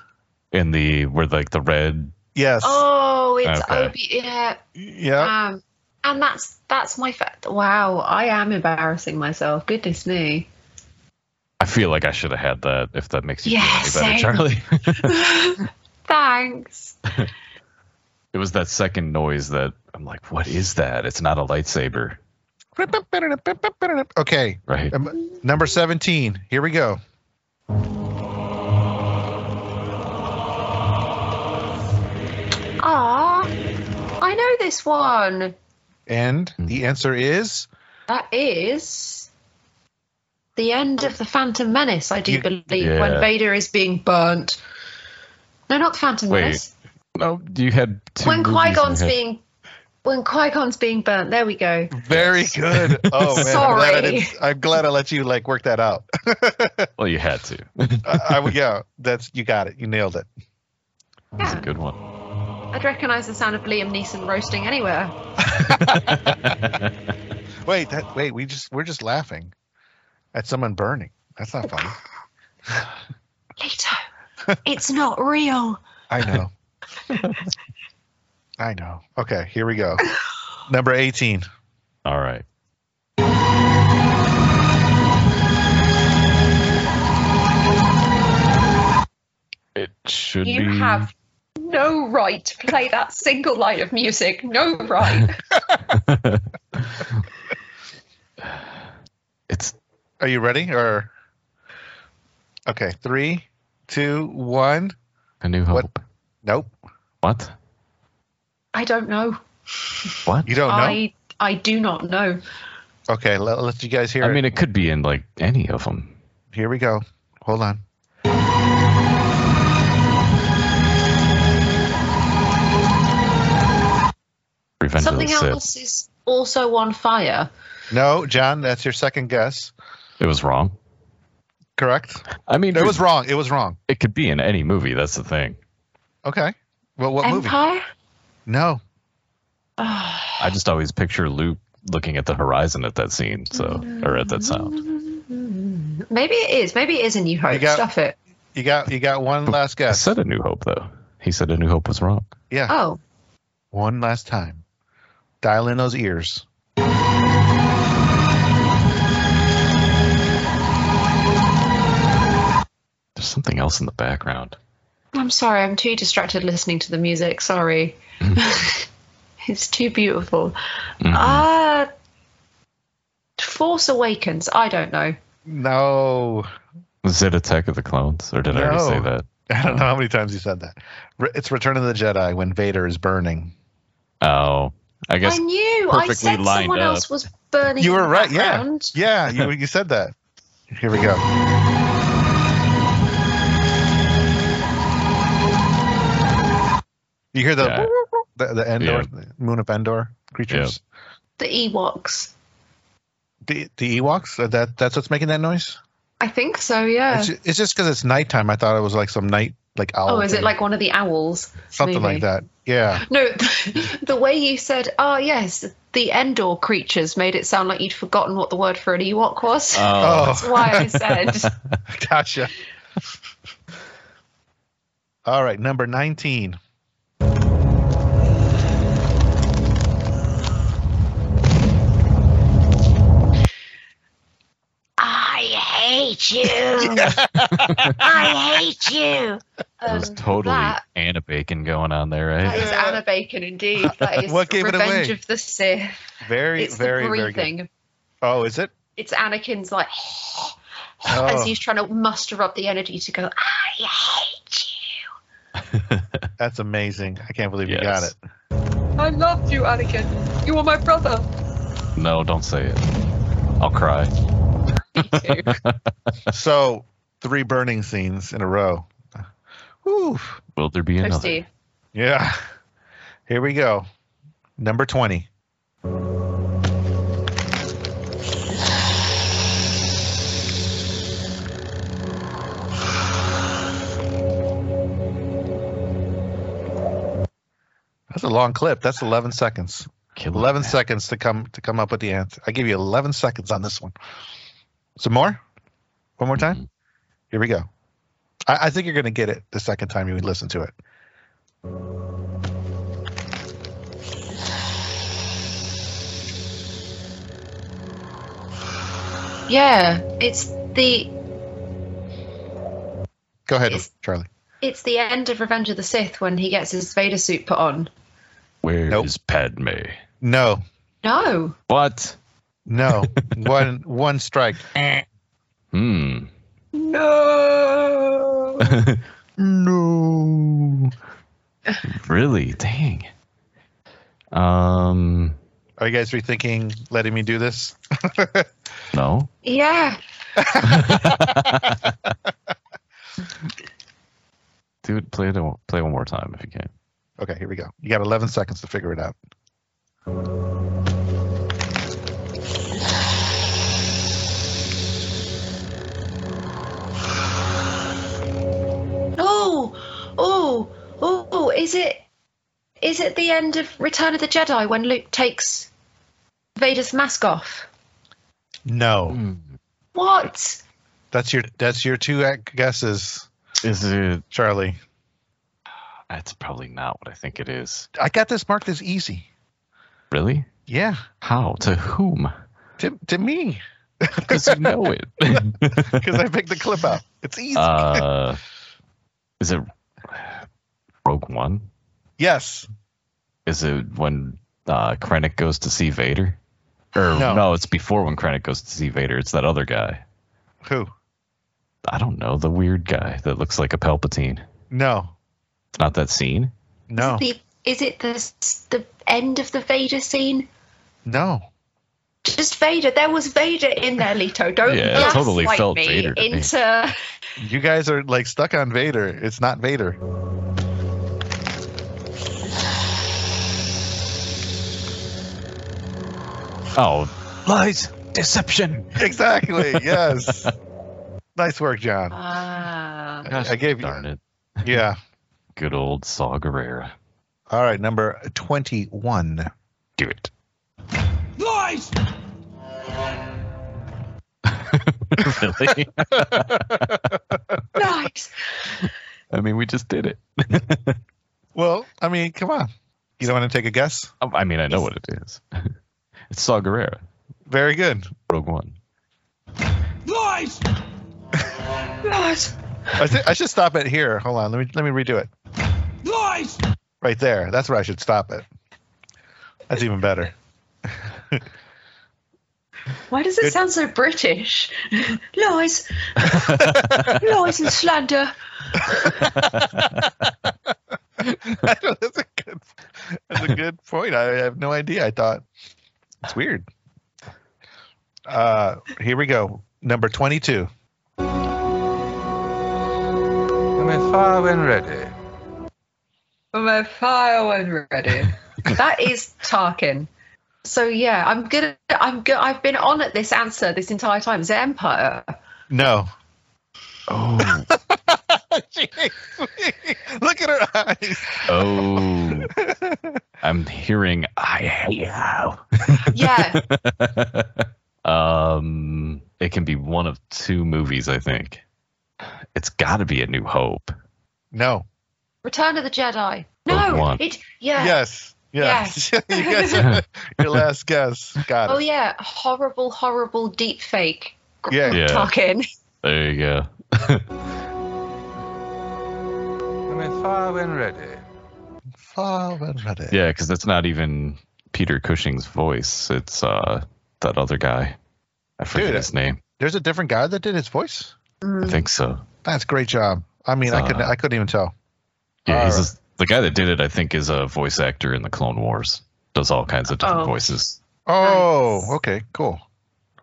[SPEAKER 7] in the where like the red?
[SPEAKER 8] Yes.
[SPEAKER 9] Oh, it's
[SPEAKER 7] Okay.
[SPEAKER 9] Obi. Yeah.
[SPEAKER 7] Oh.
[SPEAKER 8] yeah.
[SPEAKER 9] Um, and that's that's my fact. Wow, I am embarrassing myself. Goodness me.
[SPEAKER 7] I feel like I should have had that. If that makes you
[SPEAKER 9] Yeah,
[SPEAKER 7] feel any better,
[SPEAKER 9] same.
[SPEAKER 7] Charlie. [LAUGHS]
[SPEAKER 9] Thanks.
[SPEAKER 7] it was that second noise that I'm like, what is that? It's not a lightsaber,
[SPEAKER 8] Okay.
[SPEAKER 7] right?
[SPEAKER 8] Um, Number 17. Here we go.
[SPEAKER 9] Ah, I know this one.
[SPEAKER 8] And the answer is
[SPEAKER 9] That is the end of the Phantom Menace. I do
[SPEAKER 8] You-
[SPEAKER 9] believe
[SPEAKER 7] Yeah.
[SPEAKER 9] when Vader is being burnt. No, not the Phantom
[SPEAKER 7] Wait,
[SPEAKER 9] Menace.
[SPEAKER 7] No, Oh, you had two
[SPEAKER 9] When
[SPEAKER 7] movies in
[SPEAKER 9] Qui Gon's
[SPEAKER 7] your head.
[SPEAKER 9] being when Qui Gon's being burnt. There we go.
[SPEAKER 8] very good. Oh man, I'm, glad I
[SPEAKER 9] Sorry.
[SPEAKER 8] didn't- I'm glad I let you like work that out.
[SPEAKER 7] well, you had to.
[SPEAKER 8] I, I, yeah, that's you got it. You nailed it.
[SPEAKER 7] That's a good one. [LAUGHS]
[SPEAKER 9] I'd recognise the sound of Liam Neeson roasting anywhere.
[SPEAKER 8] Wait, that wait, we just we're just laughing at someone burning. That's not funny.
[SPEAKER 7] [LAUGHS]
[SPEAKER 9] Leto, it's not real.
[SPEAKER 8] I know. I know. Okay, here we go. Number 18.
[SPEAKER 7] All right. It should
[SPEAKER 9] You
[SPEAKER 7] be.
[SPEAKER 9] have no right to play that single line of music. No
[SPEAKER 8] [LAUGHS]
[SPEAKER 9] right.
[SPEAKER 7] [LAUGHS] It's
[SPEAKER 8] Are you ready? Or okay, three, two, one.
[SPEAKER 7] a new
[SPEAKER 8] What-
[SPEAKER 7] hope.
[SPEAKER 8] Nope.
[SPEAKER 7] What?
[SPEAKER 9] I don't know.
[SPEAKER 7] What?
[SPEAKER 8] You don't know.
[SPEAKER 9] I I do not know.
[SPEAKER 8] Okay, let, let you guys hear.
[SPEAKER 7] I mean,
[SPEAKER 8] it.
[SPEAKER 7] it could be in like any of them.
[SPEAKER 8] here we go. Hold on.
[SPEAKER 7] Revenge
[SPEAKER 9] Something
[SPEAKER 7] of the
[SPEAKER 9] else
[SPEAKER 7] Sith.
[SPEAKER 9] is also on fire.
[SPEAKER 8] No, John, that's your second guess.
[SPEAKER 7] It was wrong.
[SPEAKER 8] Correct.
[SPEAKER 7] I mean,
[SPEAKER 8] It was wrong. It was wrong.
[SPEAKER 7] It could be in any movie. That's the thing.
[SPEAKER 8] Okay. Well, what movie?
[SPEAKER 9] Empire.
[SPEAKER 8] No.
[SPEAKER 9] Oh.
[SPEAKER 7] I just always picture Luke looking at the horizon at that scene, so or at that sound.
[SPEAKER 9] Maybe it is. Maybe it is a New Hope.
[SPEAKER 8] got-
[SPEAKER 9] Stuff it.
[SPEAKER 8] You got you got one last
[SPEAKER 7] I
[SPEAKER 8] guess.
[SPEAKER 7] said A New Hope though. He said A New Hope was wrong.
[SPEAKER 8] Yeah.
[SPEAKER 9] Oh,
[SPEAKER 8] One last time. Dial in those ears.
[SPEAKER 7] There's something else in the background.
[SPEAKER 9] I'm sorry, I'm too distracted listening to the music. Sorry.
[SPEAKER 8] Mm-hmm.
[SPEAKER 9] [LAUGHS] it's too beautiful. Ah, Force Awakens. I don't know.
[SPEAKER 8] No.
[SPEAKER 7] Was it Attack of the Clones, or did I already
[SPEAKER 8] No.
[SPEAKER 7] say that?
[SPEAKER 8] [LAUGHS] I don't know how many times you said that. Re- It's Return of the Jedi when Vader is burning.
[SPEAKER 7] Oh, I
[SPEAKER 9] I,
[SPEAKER 7] guess
[SPEAKER 9] knew. I
[SPEAKER 7] perfectly
[SPEAKER 9] said
[SPEAKER 7] lined
[SPEAKER 9] someone
[SPEAKER 7] up.
[SPEAKER 9] else was burning.
[SPEAKER 8] You
[SPEAKER 9] in
[SPEAKER 8] were
[SPEAKER 9] the
[SPEAKER 8] right. Yeah.
[SPEAKER 9] background.
[SPEAKER 8] Yeah. [LAUGHS] You, you said that. Here we go. You hear the
[SPEAKER 7] Yeah.
[SPEAKER 8] the, the Endor
[SPEAKER 7] Yeah.
[SPEAKER 8] the moon of Endor creatures.
[SPEAKER 9] The Ewoks.
[SPEAKER 8] The the Ewoks. Uh, That that's what's making that noise.
[SPEAKER 9] I think so. Yeah.
[SPEAKER 8] It's, ju- it's just because it's nighttime. I thought it was like some night like owl.
[SPEAKER 9] oh, is it
[SPEAKER 8] thing.
[SPEAKER 9] like one of the owls?
[SPEAKER 8] something
[SPEAKER 9] maybe?
[SPEAKER 8] like that? Yeah.
[SPEAKER 9] No, [LAUGHS] the way you said, "Oh yes, the Endor creatures," made it sound like you'd forgotten what the word for an Ewok was.
[SPEAKER 7] Oh.
[SPEAKER 9] That's why I said.
[SPEAKER 8] Oh, [LAUGHS] Gotcha. All right, number 19.
[SPEAKER 6] I hate you. I hate you.
[SPEAKER 9] Um,
[SPEAKER 7] There's totally
[SPEAKER 9] that-
[SPEAKER 7] Anna Bacon going on there,
[SPEAKER 9] that
[SPEAKER 7] right?
[SPEAKER 9] is Anna
[SPEAKER 8] [LAUGHS]
[SPEAKER 9] Bacon, indeed. That is
[SPEAKER 8] What gave it
[SPEAKER 9] Revenge
[SPEAKER 8] away?
[SPEAKER 9] of the Sith.
[SPEAKER 8] Very,
[SPEAKER 9] It's
[SPEAKER 8] very,
[SPEAKER 9] the
[SPEAKER 8] very good.
[SPEAKER 9] breathing.
[SPEAKER 8] Oh, is it?
[SPEAKER 9] It's Anakin's like [SIGHS]
[SPEAKER 8] Oh,
[SPEAKER 9] as he's trying to muster up the energy to go. "Ah, I hate
[SPEAKER 8] that's amazing. I can't believe you got
[SPEAKER 7] Yes.
[SPEAKER 8] it.
[SPEAKER 9] you. I loved you, Anakin. You were my brother.
[SPEAKER 7] No, don't say it. I'll cry.
[SPEAKER 9] Me too.
[SPEAKER 8] So, three burning scenes in a row. Whew.
[SPEAKER 7] Will there be another?
[SPEAKER 9] Toasty.
[SPEAKER 8] Yeah. Here we go. Number 20. That's a long clip. That's 11 seconds.
[SPEAKER 7] Kill it.
[SPEAKER 8] 11 seconds to come to come up with the answer. I give you 11 seconds on this one. Some more? One more time?
[SPEAKER 7] Mhm.
[SPEAKER 8] Here we go. I, I think you're going to get it the second time you would listen to it.
[SPEAKER 9] Yeah, it's the
[SPEAKER 8] Go ahead,
[SPEAKER 9] It's-
[SPEAKER 8] Charlie.
[SPEAKER 9] It's the end of Revenge of the Sith when he gets his Vader suit put on.
[SPEAKER 7] Where is
[SPEAKER 8] Nope.
[SPEAKER 7] Padme?
[SPEAKER 8] No,
[SPEAKER 9] No.
[SPEAKER 7] What?
[SPEAKER 8] no. [LAUGHS] one one strike.
[SPEAKER 7] Hmm.
[SPEAKER 9] No.
[SPEAKER 7] no. really? Dang. Um.
[SPEAKER 8] Are you guys rethinking letting me do this?
[SPEAKER 7] No.
[SPEAKER 9] yeah.
[SPEAKER 7] Do it. Play it. Play one more time if you can.
[SPEAKER 8] Okay, here we go. You got 11 seconds to figure it out.
[SPEAKER 9] Oh, oh, oh, oh. Is it? Is it the end of Return of the Jedi when Luke takes Vader's mask off?
[SPEAKER 8] No,
[SPEAKER 9] What?
[SPEAKER 8] that's your that's your two ac- guesses,
[SPEAKER 7] Is it?
[SPEAKER 8] Charlie.
[SPEAKER 7] That's probably not what I think it is.
[SPEAKER 8] I got this marked as easy.
[SPEAKER 7] Really?
[SPEAKER 8] Yeah,
[SPEAKER 7] How? To [LAUGHS] whom?
[SPEAKER 8] to to me
[SPEAKER 7] Because you know it.
[SPEAKER 8] because I picked the clip out. It's easy.
[SPEAKER 7] uh, is it Rogue One?
[SPEAKER 8] yes,
[SPEAKER 7] Is it when uh, Krennic goes to see Vader? Or
[SPEAKER 8] No.
[SPEAKER 7] no. it's before when Krennic goes to see Vader. It's that other guy.
[SPEAKER 8] who?
[SPEAKER 7] I don't know the weird guy that looks like a Palpatine.
[SPEAKER 8] No,
[SPEAKER 7] It's not that scene.
[SPEAKER 8] no,
[SPEAKER 9] The, is it the s- the end of the Vader scene?
[SPEAKER 8] no.
[SPEAKER 9] Just Vader. There was Vader in there, Leto. Don't
[SPEAKER 7] Yeah, it totally
[SPEAKER 9] gaslight
[SPEAKER 7] felt
[SPEAKER 9] me
[SPEAKER 7] Vader to me.
[SPEAKER 9] into.
[SPEAKER 8] You guys are like stuck on Vader. It's not Vader.
[SPEAKER 7] Oh, lies, deception.
[SPEAKER 8] Exactly. Yes. nice work, John.
[SPEAKER 9] Ah.
[SPEAKER 7] Gosh,
[SPEAKER 8] I gave you-
[SPEAKER 7] darn it.
[SPEAKER 8] Yeah.
[SPEAKER 7] Good old Saw Gerrera.
[SPEAKER 8] All right, number 21.
[SPEAKER 7] Do it.
[SPEAKER 11] Lies!
[SPEAKER 7] [LAUGHS] really?
[SPEAKER 9] nice.
[SPEAKER 7] [LAUGHS] I mean, we just did it.
[SPEAKER 8] Well, I mean, come on. You don't want to take a guess?
[SPEAKER 7] [LAUGHS] I mean, I know what it is. [LAUGHS] it's Saw Gerrera,
[SPEAKER 8] Very good.
[SPEAKER 7] Rogue One.
[SPEAKER 11] Lies!
[SPEAKER 9] Nice.
[SPEAKER 8] I, should, I should stop it here. Hold on. Let me let me redo it.
[SPEAKER 12] Nice.
[SPEAKER 8] Right there. That's where I should stop it. That's even better.
[SPEAKER 9] Why does it sound so British? [LAUGHS] Lies, lies and slander.
[SPEAKER 8] [LAUGHS] that's a good. That's a good point. I have no idea. I thought it's weird. Uh, here we go. Number twenty-two.
[SPEAKER 11] I'm at fire when ready.
[SPEAKER 9] I'm a fire when ready. that is Tarkin. So yeah, I'm good. I'm good. I've been on at this answer this entire time. Is it Empire?
[SPEAKER 8] No. [LAUGHS]
[SPEAKER 7] Oh.
[SPEAKER 8] Look at her eyes.
[SPEAKER 7] [LAUGHS] Oh. I'm hearing I hate you.
[SPEAKER 9] Yeah.
[SPEAKER 7] [LAUGHS] Um, it can be one of two movies, I think. It's got to be A New Hope.
[SPEAKER 8] No.
[SPEAKER 9] Return of the Jedi.
[SPEAKER 7] Rogue
[SPEAKER 9] No.
[SPEAKER 7] One.
[SPEAKER 9] It. Yeah.
[SPEAKER 8] Yes. [LAUGHS] Yes. you guys are, your last guess. Got it.
[SPEAKER 9] Oh yeah. Horrible, horrible deep fake.
[SPEAKER 8] Oh, Yeah.
[SPEAKER 7] Yeah.
[SPEAKER 9] Tarkin.
[SPEAKER 7] There you go.
[SPEAKER 11] I'm at fire when ready.
[SPEAKER 8] Fire when ready.
[SPEAKER 7] Yeah, because that's not even Peter Cushing's voice. It's uh that other guy. I forget
[SPEAKER 8] Dude, uh,
[SPEAKER 7] his name.
[SPEAKER 8] There's a different guy that did his voice.
[SPEAKER 7] I think so.
[SPEAKER 8] That's great job. I mean, I
[SPEAKER 7] Uh,
[SPEAKER 8] couldn't. I couldn't even tell.
[SPEAKER 7] Yeah,
[SPEAKER 8] uh,
[SPEAKER 7] he's just- the guy that did it. I think is a voice actor in the Clone Wars. Does all kinds of different
[SPEAKER 9] Oh.
[SPEAKER 7] voices.
[SPEAKER 8] Oh, okay, cool.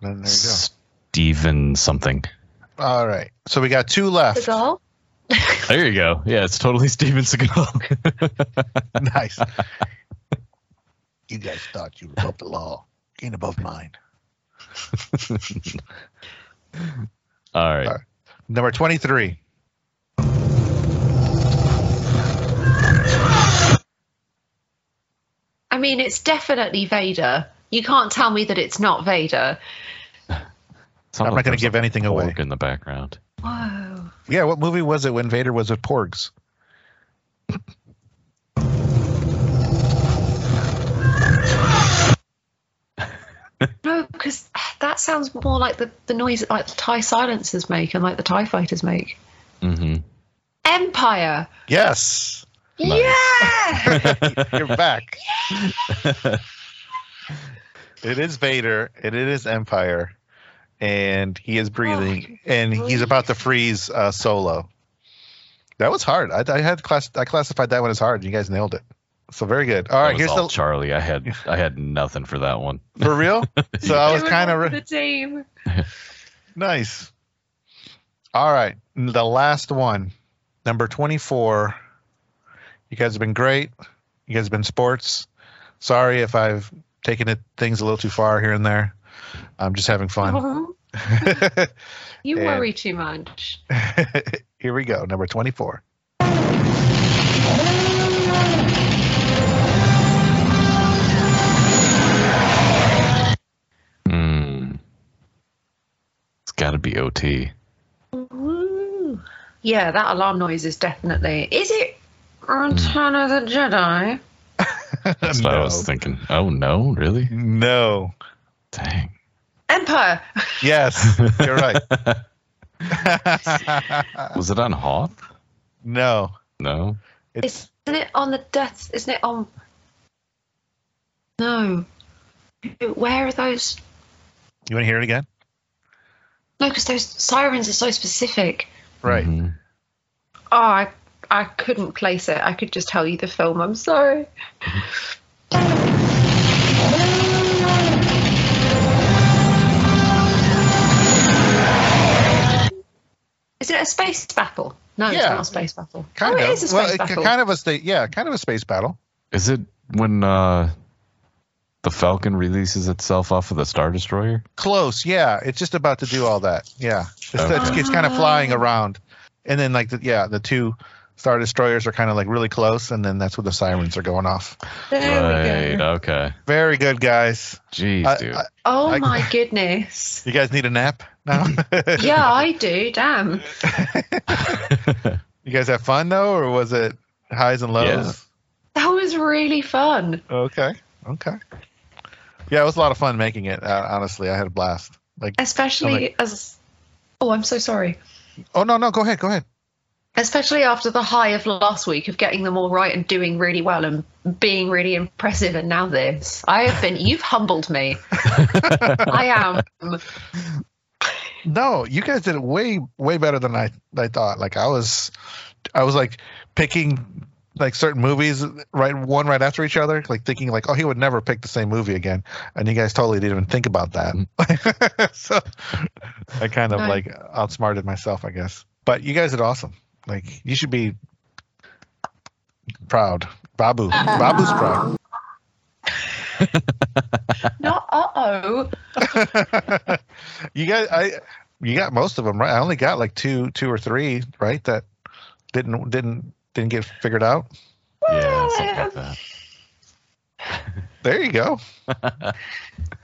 [SPEAKER 8] Then there you
[SPEAKER 7] Steven something.
[SPEAKER 8] go. All right. So we got two left.
[SPEAKER 9] Seagal.
[SPEAKER 7] There you go. Yeah, it's totally [LAUGHS] Steven Seagal.
[SPEAKER 8] [LAUGHS] nice. You guys thought you were above the law, ain't above mine.
[SPEAKER 7] all right.
[SPEAKER 8] All right. Number twenty-three.
[SPEAKER 9] I mean, it's definitely Vader. You can't tell me that it's not Vader.
[SPEAKER 8] I'm not going to give anything away.
[SPEAKER 7] Work in the background.
[SPEAKER 9] Whoa.
[SPEAKER 8] Yeah, what movie was it when Vader was with Porgs?
[SPEAKER 9] No, because that sounds more like the, the noise that, like the TIE silencers make and like the TIE fighters make.
[SPEAKER 7] Mm-hmm.
[SPEAKER 9] Empire.
[SPEAKER 8] Yes,
[SPEAKER 9] Yeah.
[SPEAKER 8] you're back. [LAUGHS] it is Vader, and it is Empire, and he is breathing, and he's about to freeze uh, Solo. That was hard. I, I had class. I classified that one as hard. and You guys nailed it. So very good. All
[SPEAKER 7] All
[SPEAKER 8] right,
[SPEAKER 7] right,
[SPEAKER 8] here's the
[SPEAKER 7] Charlie. I had I had nothing for that one.
[SPEAKER 8] for real. So
[SPEAKER 9] [LAUGHS]
[SPEAKER 8] I was kind of
[SPEAKER 9] the team.
[SPEAKER 8] Nice. All right. The last one, number 24. You guys have been great. You guys have been sports. Sorry if I've taken it, things a little too far here and there. I'm just having fun.
[SPEAKER 9] Aw, you
[SPEAKER 8] And-
[SPEAKER 9] worry too much.
[SPEAKER 8] [LAUGHS] here we go. Number 24.
[SPEAKER 7] Mm. It's got to be OT.
[SPEAKER 9] Ooh. Yeah, that alarm noise is definitely. Is it Return of the Jedi?
[SPEAKER 8] [LAUGHS]
[SPEAKER 7] That's what I was thinking. Oh no, really?
[SPEAKER 8] No.
[SPEAKER 7] Dang.
[SPEAKER 9] Empire. [LAUGHS]
[SPEAKER 7] [LAUGHS]
[SPEAKER 8] Yes. You're right.
[SPEAKER 7] Was it on Hoth?
[SPEAKER 8] no.
[SPEAKER 7] No.
[SPEAKER 8] It's
[SPEAKER 9] Isn't it on the death? Isn't it on? No. Where are those?
[SPEAKER 8] You want to hear it again?
[SPEAKER 9] No, because those sirens are so specific.
[SPEAKER 8] Right.
[SPEAKER 7] Mhm.
[SPEAKER 9] Oh, I, I couldn't place it. I could just tell you the film. I'm sorry. Is it a space battle? No, it's
[SPEAKER 8] Yeah.
[SPEAKER 9] not a space battle.
[SPEAKER 8] Kind
[SPEAKER 9] oh,
[SPEAKER 8] of.
[SPEAKER 9] it is a space
[SPEAKER 8] well, it-
[SPEAKER 9] battle.
[SPEAKER 8] kind of a state. Yeah, kind of a space battle.
[SPEAKER 7] Is it when uh, the Falcon releases itself off of the Star Destroyer?
[SPEAKER 8] close yeah it's just about to do all that yeah it's,
[SPEAKER 7] Okay.
[SPEAKER 8] it's, it's kind of flying around and then like the, yeah the two star destroyers are kind of like really close and then that's where the sirens are going off
[SPEAKER 9] there we
[SPEAKER 7] right.
[SPEAKER 9] go.
[SPEAKER 7] Okay.
[SPEAKER 8] very good guys
[SPEAKER 7] Jeez,
[SPEAKER 8] I-
[SPEAKER 7] dude.
[SPEAKER 8] I-
[SPEAKER 9] Oh
[SPEAKER 8] I- [LAUGHS]
[SPEAKER 9] my goodness.
[SPEAKER 8] you guys need a nap now
[SPEAKER 9] Yeah, I do. Damn.
[SPEAKER 8] [LAUGHS] you guys have fun though or was it highs and lows
[SPEAKER 9] That was really fun.
[SPEAKER 8] okay okay yeah it was a lot of fun making it uh, honestly i had a blast like
[SPEAKER 9] Especially
[SPEAKER 8] Something.
[SPEAKER 9] as. Oh, I'm so sorry.
[SPEAKER 8] oh no no go ahead go ahead
[SPEAKER 9] especially after the high of last week of getting them all right and doing really well and being really impressive and now this i have been you've
[SPEAKER 8] [LAUGHS]
[SPEAKER 9] humbled me i am
[SPEAKER 8] No, you guys did it way way better than I I thought. Like I was, I was like picking like certain movies right one right after each other, like thinking like, oh, he would never pick the same movie again, and you guys totally didn't even think about that. [LAUGHS] so I kind of
[SPEAKER 9] No.
[SPEAKER 8] like outsmarted myself, I guess. But you guys did awesome. Like you should be proud. Babu, Babu's proud.
[SPEAKER 9] not uh-oh
[SPEAKER 8] you got I you got most of them right. I only got like two two or three right that didn't didn't didn't get figured out.
[SPEAKER 7] Yeah, something like that.
[SPEAKER 8] There you go.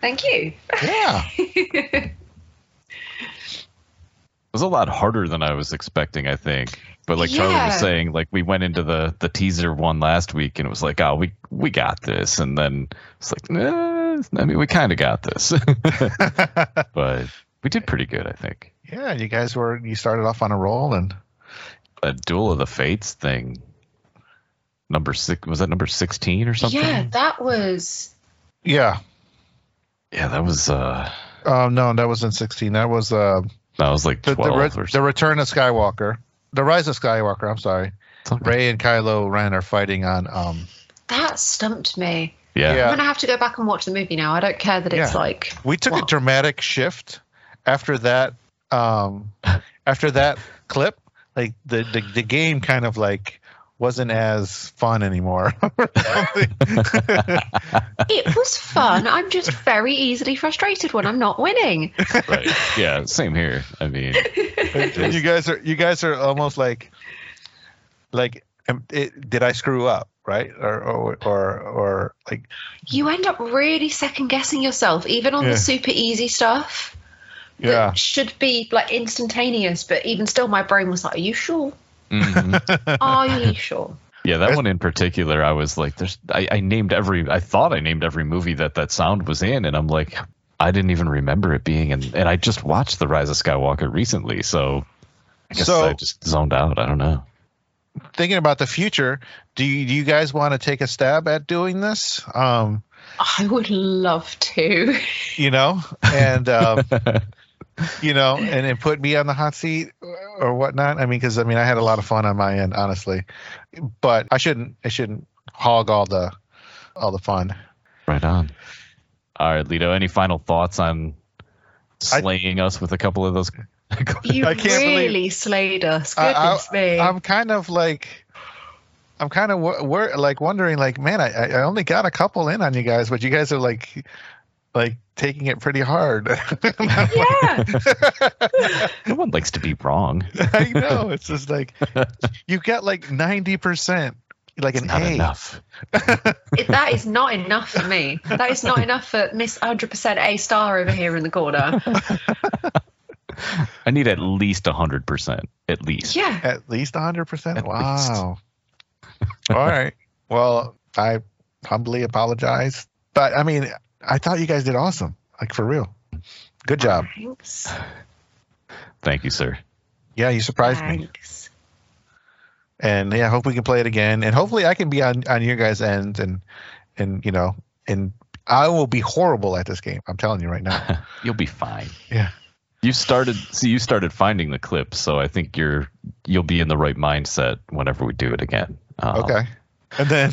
[SPEAKER 9] thank you
[SPEAKER 8] Yeah.
[SPEAKER 7] It was a lot harder than I was expecting, I think. But like Charlie
[SPEAKER 9] Yeah.
[SPEAKER 7] was saying, like we went into the the teaser one last week and it was like, oh, we we got this, and then it's like, nah, I mean, we kind of got this, [LAUGHS] but we did pretty good, I think.
[SPEAKER 8] Yeah, you guys were you started off on a roll and
[SPEAKER 7] That Duel of the Fates thing, number six was that number sixteen or something?
[SPEAKER 9] yeah that was
[SPEAKER 8] yeah.
[SPEAKER 7] Yeah, that was uh,
[SPEAKER 8] Um no, that was in 16. That was uh
[SPEAKER 7] that was like
[SPEAKER 8] the the,
[SPEAKER 7] twelve
[SPEAKER 8] re-
[SPEAKER 7] or
[SPEAKER 8] the return of Skywalker. The rise of Skywalker, I'm sorry.
[SPEAKER 7] something.
[SPEAKER 8] Ray and Kylo Ren are fighting on um
[SPEAKER 9] that stumped me
[SPEAKER 7] Yeah,
[SPEAKER 8] Yeah.
[SPEAKER 9] i'm gonna have to go back and watch the movie now i don't care that it's
[SPEAKER 8] Yeah.
[SPEAKER 9] like
[SPEAKER 8] we took a
[SPEAKER 9] Wow.
[SPEAKER 8] dramatic shift after that um after that clip like the, the the game kind of like wasn't as fun anymore [LAUGHS]
[SPEAKER 9] it was fun i'm just very easily frustrated when i'm not winning
[SPEAKER 7] right. yeah, same here. I
[SPEAKER 9] [LAUGHS]
[SPEAKER 7] mean,
[SPEAKER 8] And you guys are you guys are almost like like am- it, did i screw up right or or or, or like
[SPEAKER 9] you end up really second guessing yourself even on
[SPEAKER 8] Yeah.
[SPEAKER 9] the super easy stuff
[SPEAKER 8] yeah
[SPEAKER 9] that should be like instantaneous, but even still, my brain was like, "Are you sure?
[SPEAKER 7] mhm.
[SPEAKER 8] Mm-hmm.
[SPEAKER 9] [LAUGHS] Are you sure?"
[SPEAKER 7] Yeah, that one in particular, I was like, "There's." I, I named every. I thought I named every movie that that sound was in, and I'm like, I didn't even remember it being. in and I just watched The Rise of Skywalker recently, so I guess
[SPEAKER 8] So-
[SPEAKER 7] I just zoned out. I don't know.
[SPEAKER 8] thinking about the future do you, do you guys want to take a stab at doing this um
[SPEAKER 9] I would love to.
[SPEAKER 8] [LAUGHS] you know,
[SPEAKER 7] [LAUGHS]
[SPEAKER 8] and um, you know, and, and put me on the hot seat or whatnot. I mean, because I mean, I had a lot of fun on my end, honestly, but I shouldn't, I shouldn't hog all the, all the fun.
[SPEAKER 7] Right on. All right, Lito. Any final thoughts on
[SPEAKER 8] I-
[SPEAKER 7] slaying us with a couple of those? [LAUGHS]
[SPEAKER 9] You
[SPEAKER 8] I can't
[SPEAKER 9] really
[SPEAKER 8] believe-
[SPEAKER 9] slayed us.
[SPEAKER 8] I- I-
[SPEAKER 9] Goodness me!
[SPEAKER 8] I'm kind of like, I'm kind of wor- wor- like wondering, like, man, I, I I only got a couple in on you guys, but you guys are like, like taking it pretty hard.
[SPEAKER 9] [LAUGHS]
[SPEAKER 8] [LAUGHS]
[SPEAKER 9] yeah,
[SPEAKER 7] no one likes to be wrong.
[SPEAKER 8] I know. It's
[SPEAKER 7] [LAUGHS]
[SPEAKER 8] just like you've got like ninety percent, like
[SPEAKER 7] It's
[SPEAKER 8] an
[SPEAKER 7] not
[SPEAKER 8] A.
[SPEAKER 7] enough.
[SPEAKER 9] It- that is not enough for me. That is not enough for Miss Hundred Percent A Star over here in the corner.
[SPEAKER 7] I need at least hundred percent, at least.
[SPEAKER 9] Yeah,
[SPEAKER 8] At least 100%?
[SPEAKER 7] At
[SPEAKER 8] wow. All right. Well, I humbly apologize. But I mean, I thought you guys did awesome. Like for real. Good job.
[SPEAKER 9] thanks.
[SPEAKER 7] Thank you, sir.
[SPEAKER 8] Yeah, you surprised me.
[SPEAKER 9] Thanks.
[SPEAKER 8] And yeah, I hope we can play it again. And hopefully I can be on on your guys' end and and you know, and I will be horrible at this game. I'm telling you right now.
[SPEAKER 7] You'll be fine.
[SPEAKER 8] Yeah.
[SPEAKER 7] You started see you started finding the clips, so I think you're you'll be in the right mindset whenever we do it again. Um,
[SPEAKER 8] Okay. And then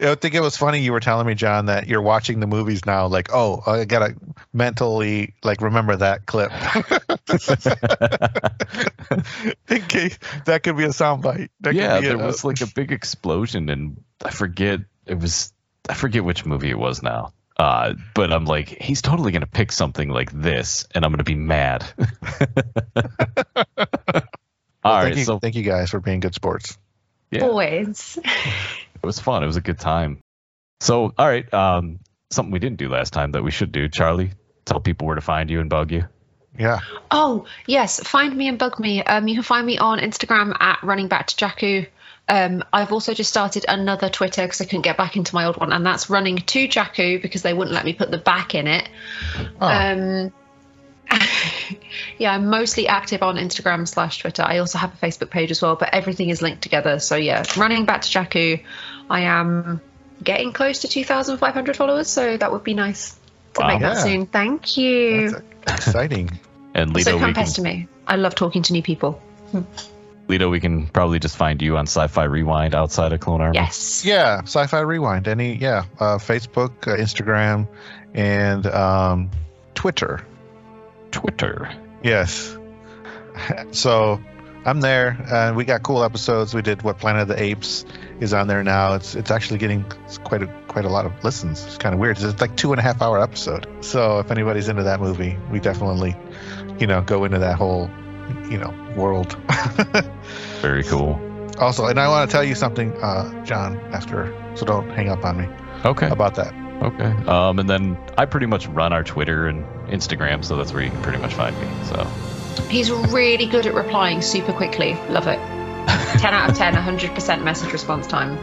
[SPEAKER 8] I think it was funny you were telling me, John, that you're watching the movies now. Like, oh, I gotta mentally like remember
[SPEAKER 7] [LAUGHS]
[SPEAKER 8] that clip. [LAUGHS] In case that could be a soundbite. That
[SPEAKER 7] Yeah,
[SPEAKER 8] could be
[SPEAKER 7] there
[SPEAKER 8] a- uh,
[SPEAKER 7] was like a big explosion and I forget it was I forget which movie it was now. Uh, but I'm like, he's totally gonna pick something like this and I'm gonna be mad. [LAUGHS] All
[SPEAKER 8] thank
[SPEAKER 7] right,
[SPEAKER 8] you,
[SPEAKER 7] so
[SPEAKER 8] thank you guys for being good sports.
[SPEAKER 7] Yeah.
[SPEAKER 9] Always.
[SPEAKER 7] it was fun. It was a good time. So, all right, um, something we didn't do last time that we should do, Charlie. Tell people where to find you and bug you.
[SPEAKER 8] Yeah.
[SPEAKER 9] Oh, yes. Find me and bug me. Um, you can find me on Instagram at running back to Jakku. Um, I've also just started another Twitter because I couldn't get back into my old one, and that's running to Jakku because they wouldn't let me put the back in it.
[SPEAKER 8] Oh,
[SPEAKER 9] Um, [LAUGHS] yeah, I'm mostly active on Instagram slash Twitter. I also have a Facebook page as well, but everything is linked together. So yeah, running back to Jakku, I am getting close to 2,500 followers, so that would be nice to
[SPEAKER 7] Wow.
[SPEAKER 9] make that
[SPEAKER 7] Yeah.
[SPEAKER 9] soon. Thank you.
[SPEAKER 8] e-, Exciting.
[SPEAKER 7] And Lito,
[SPEAKER 9] so
[SPEAKER 7] we
[SPEAKER 9] come
[SPEAKER 7] can,
[SPEAKER 9] pester me. I love talking to new people.
[SPEAKER 7] Lito, we can probably just find you on Sci-Fi Rewind outside of Clone Army.
[SPEAKER 9] Yes.
[SPEAKER 8] Yeah, Sci-Fi Rewind. Any yeah, uh, Facebook, uh, Instagram, and um, Twitter.
[SPEAKER 7] Twitter.
[SPEAKER 8] Yes. So I'm there. Uh, we got cool episodes. We did what Planet of the Apes is on there now. It's it's actually getting quite a quite a lot of listens. It's kind of weird. It's like two and a half hour episode. So if anybody's into that movie, we definitely, you know, go into that whole, you know, world. [LAUGHS]
[SPEAKER 7] Very cool.
[SPEAKER 8] Also, and I want to tell you something, uh, John. After, so don't hang up on me
[SPEAKER 7] Okay.
[SPEAKER 8] about that.
[SPEAKER 7] Okay. Um, and then I pretty much run our Twitter and Instagram, so that's where you can pretty much find me. So
[SPEAKER 9] He's really good at replying super quickly. Love it. 10 out of 10, 100% message response time.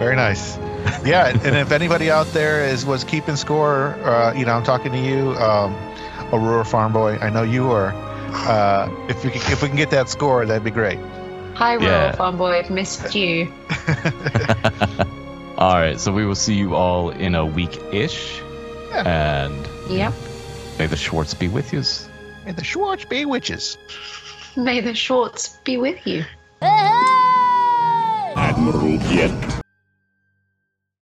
[SPEAKER 8] Very nice. Yeah, and if anybody out there is was keeping score, uh, you know, I'm talking to you, um, Aurora Farm Boy. I know you are. Uh, if we can, if we can get that score, that'd be great.
[SPEAKER 9] Hi, Royal
[SPEAKER 7] Yeah.
[SPEAKER 9] Farm Boy. I've missed you.
[SPEAKER 7] All right, so we will see you all in a week ish. And
[SPEAKER 9] Yep.
[SPEAKER 7] may the Schwartz be with yous.
[SPEAKER 8] May the Schwartz be witches.
[SPEAKER 9] May the shorts be with you.
[SPEAKER 12] Admiral Yet.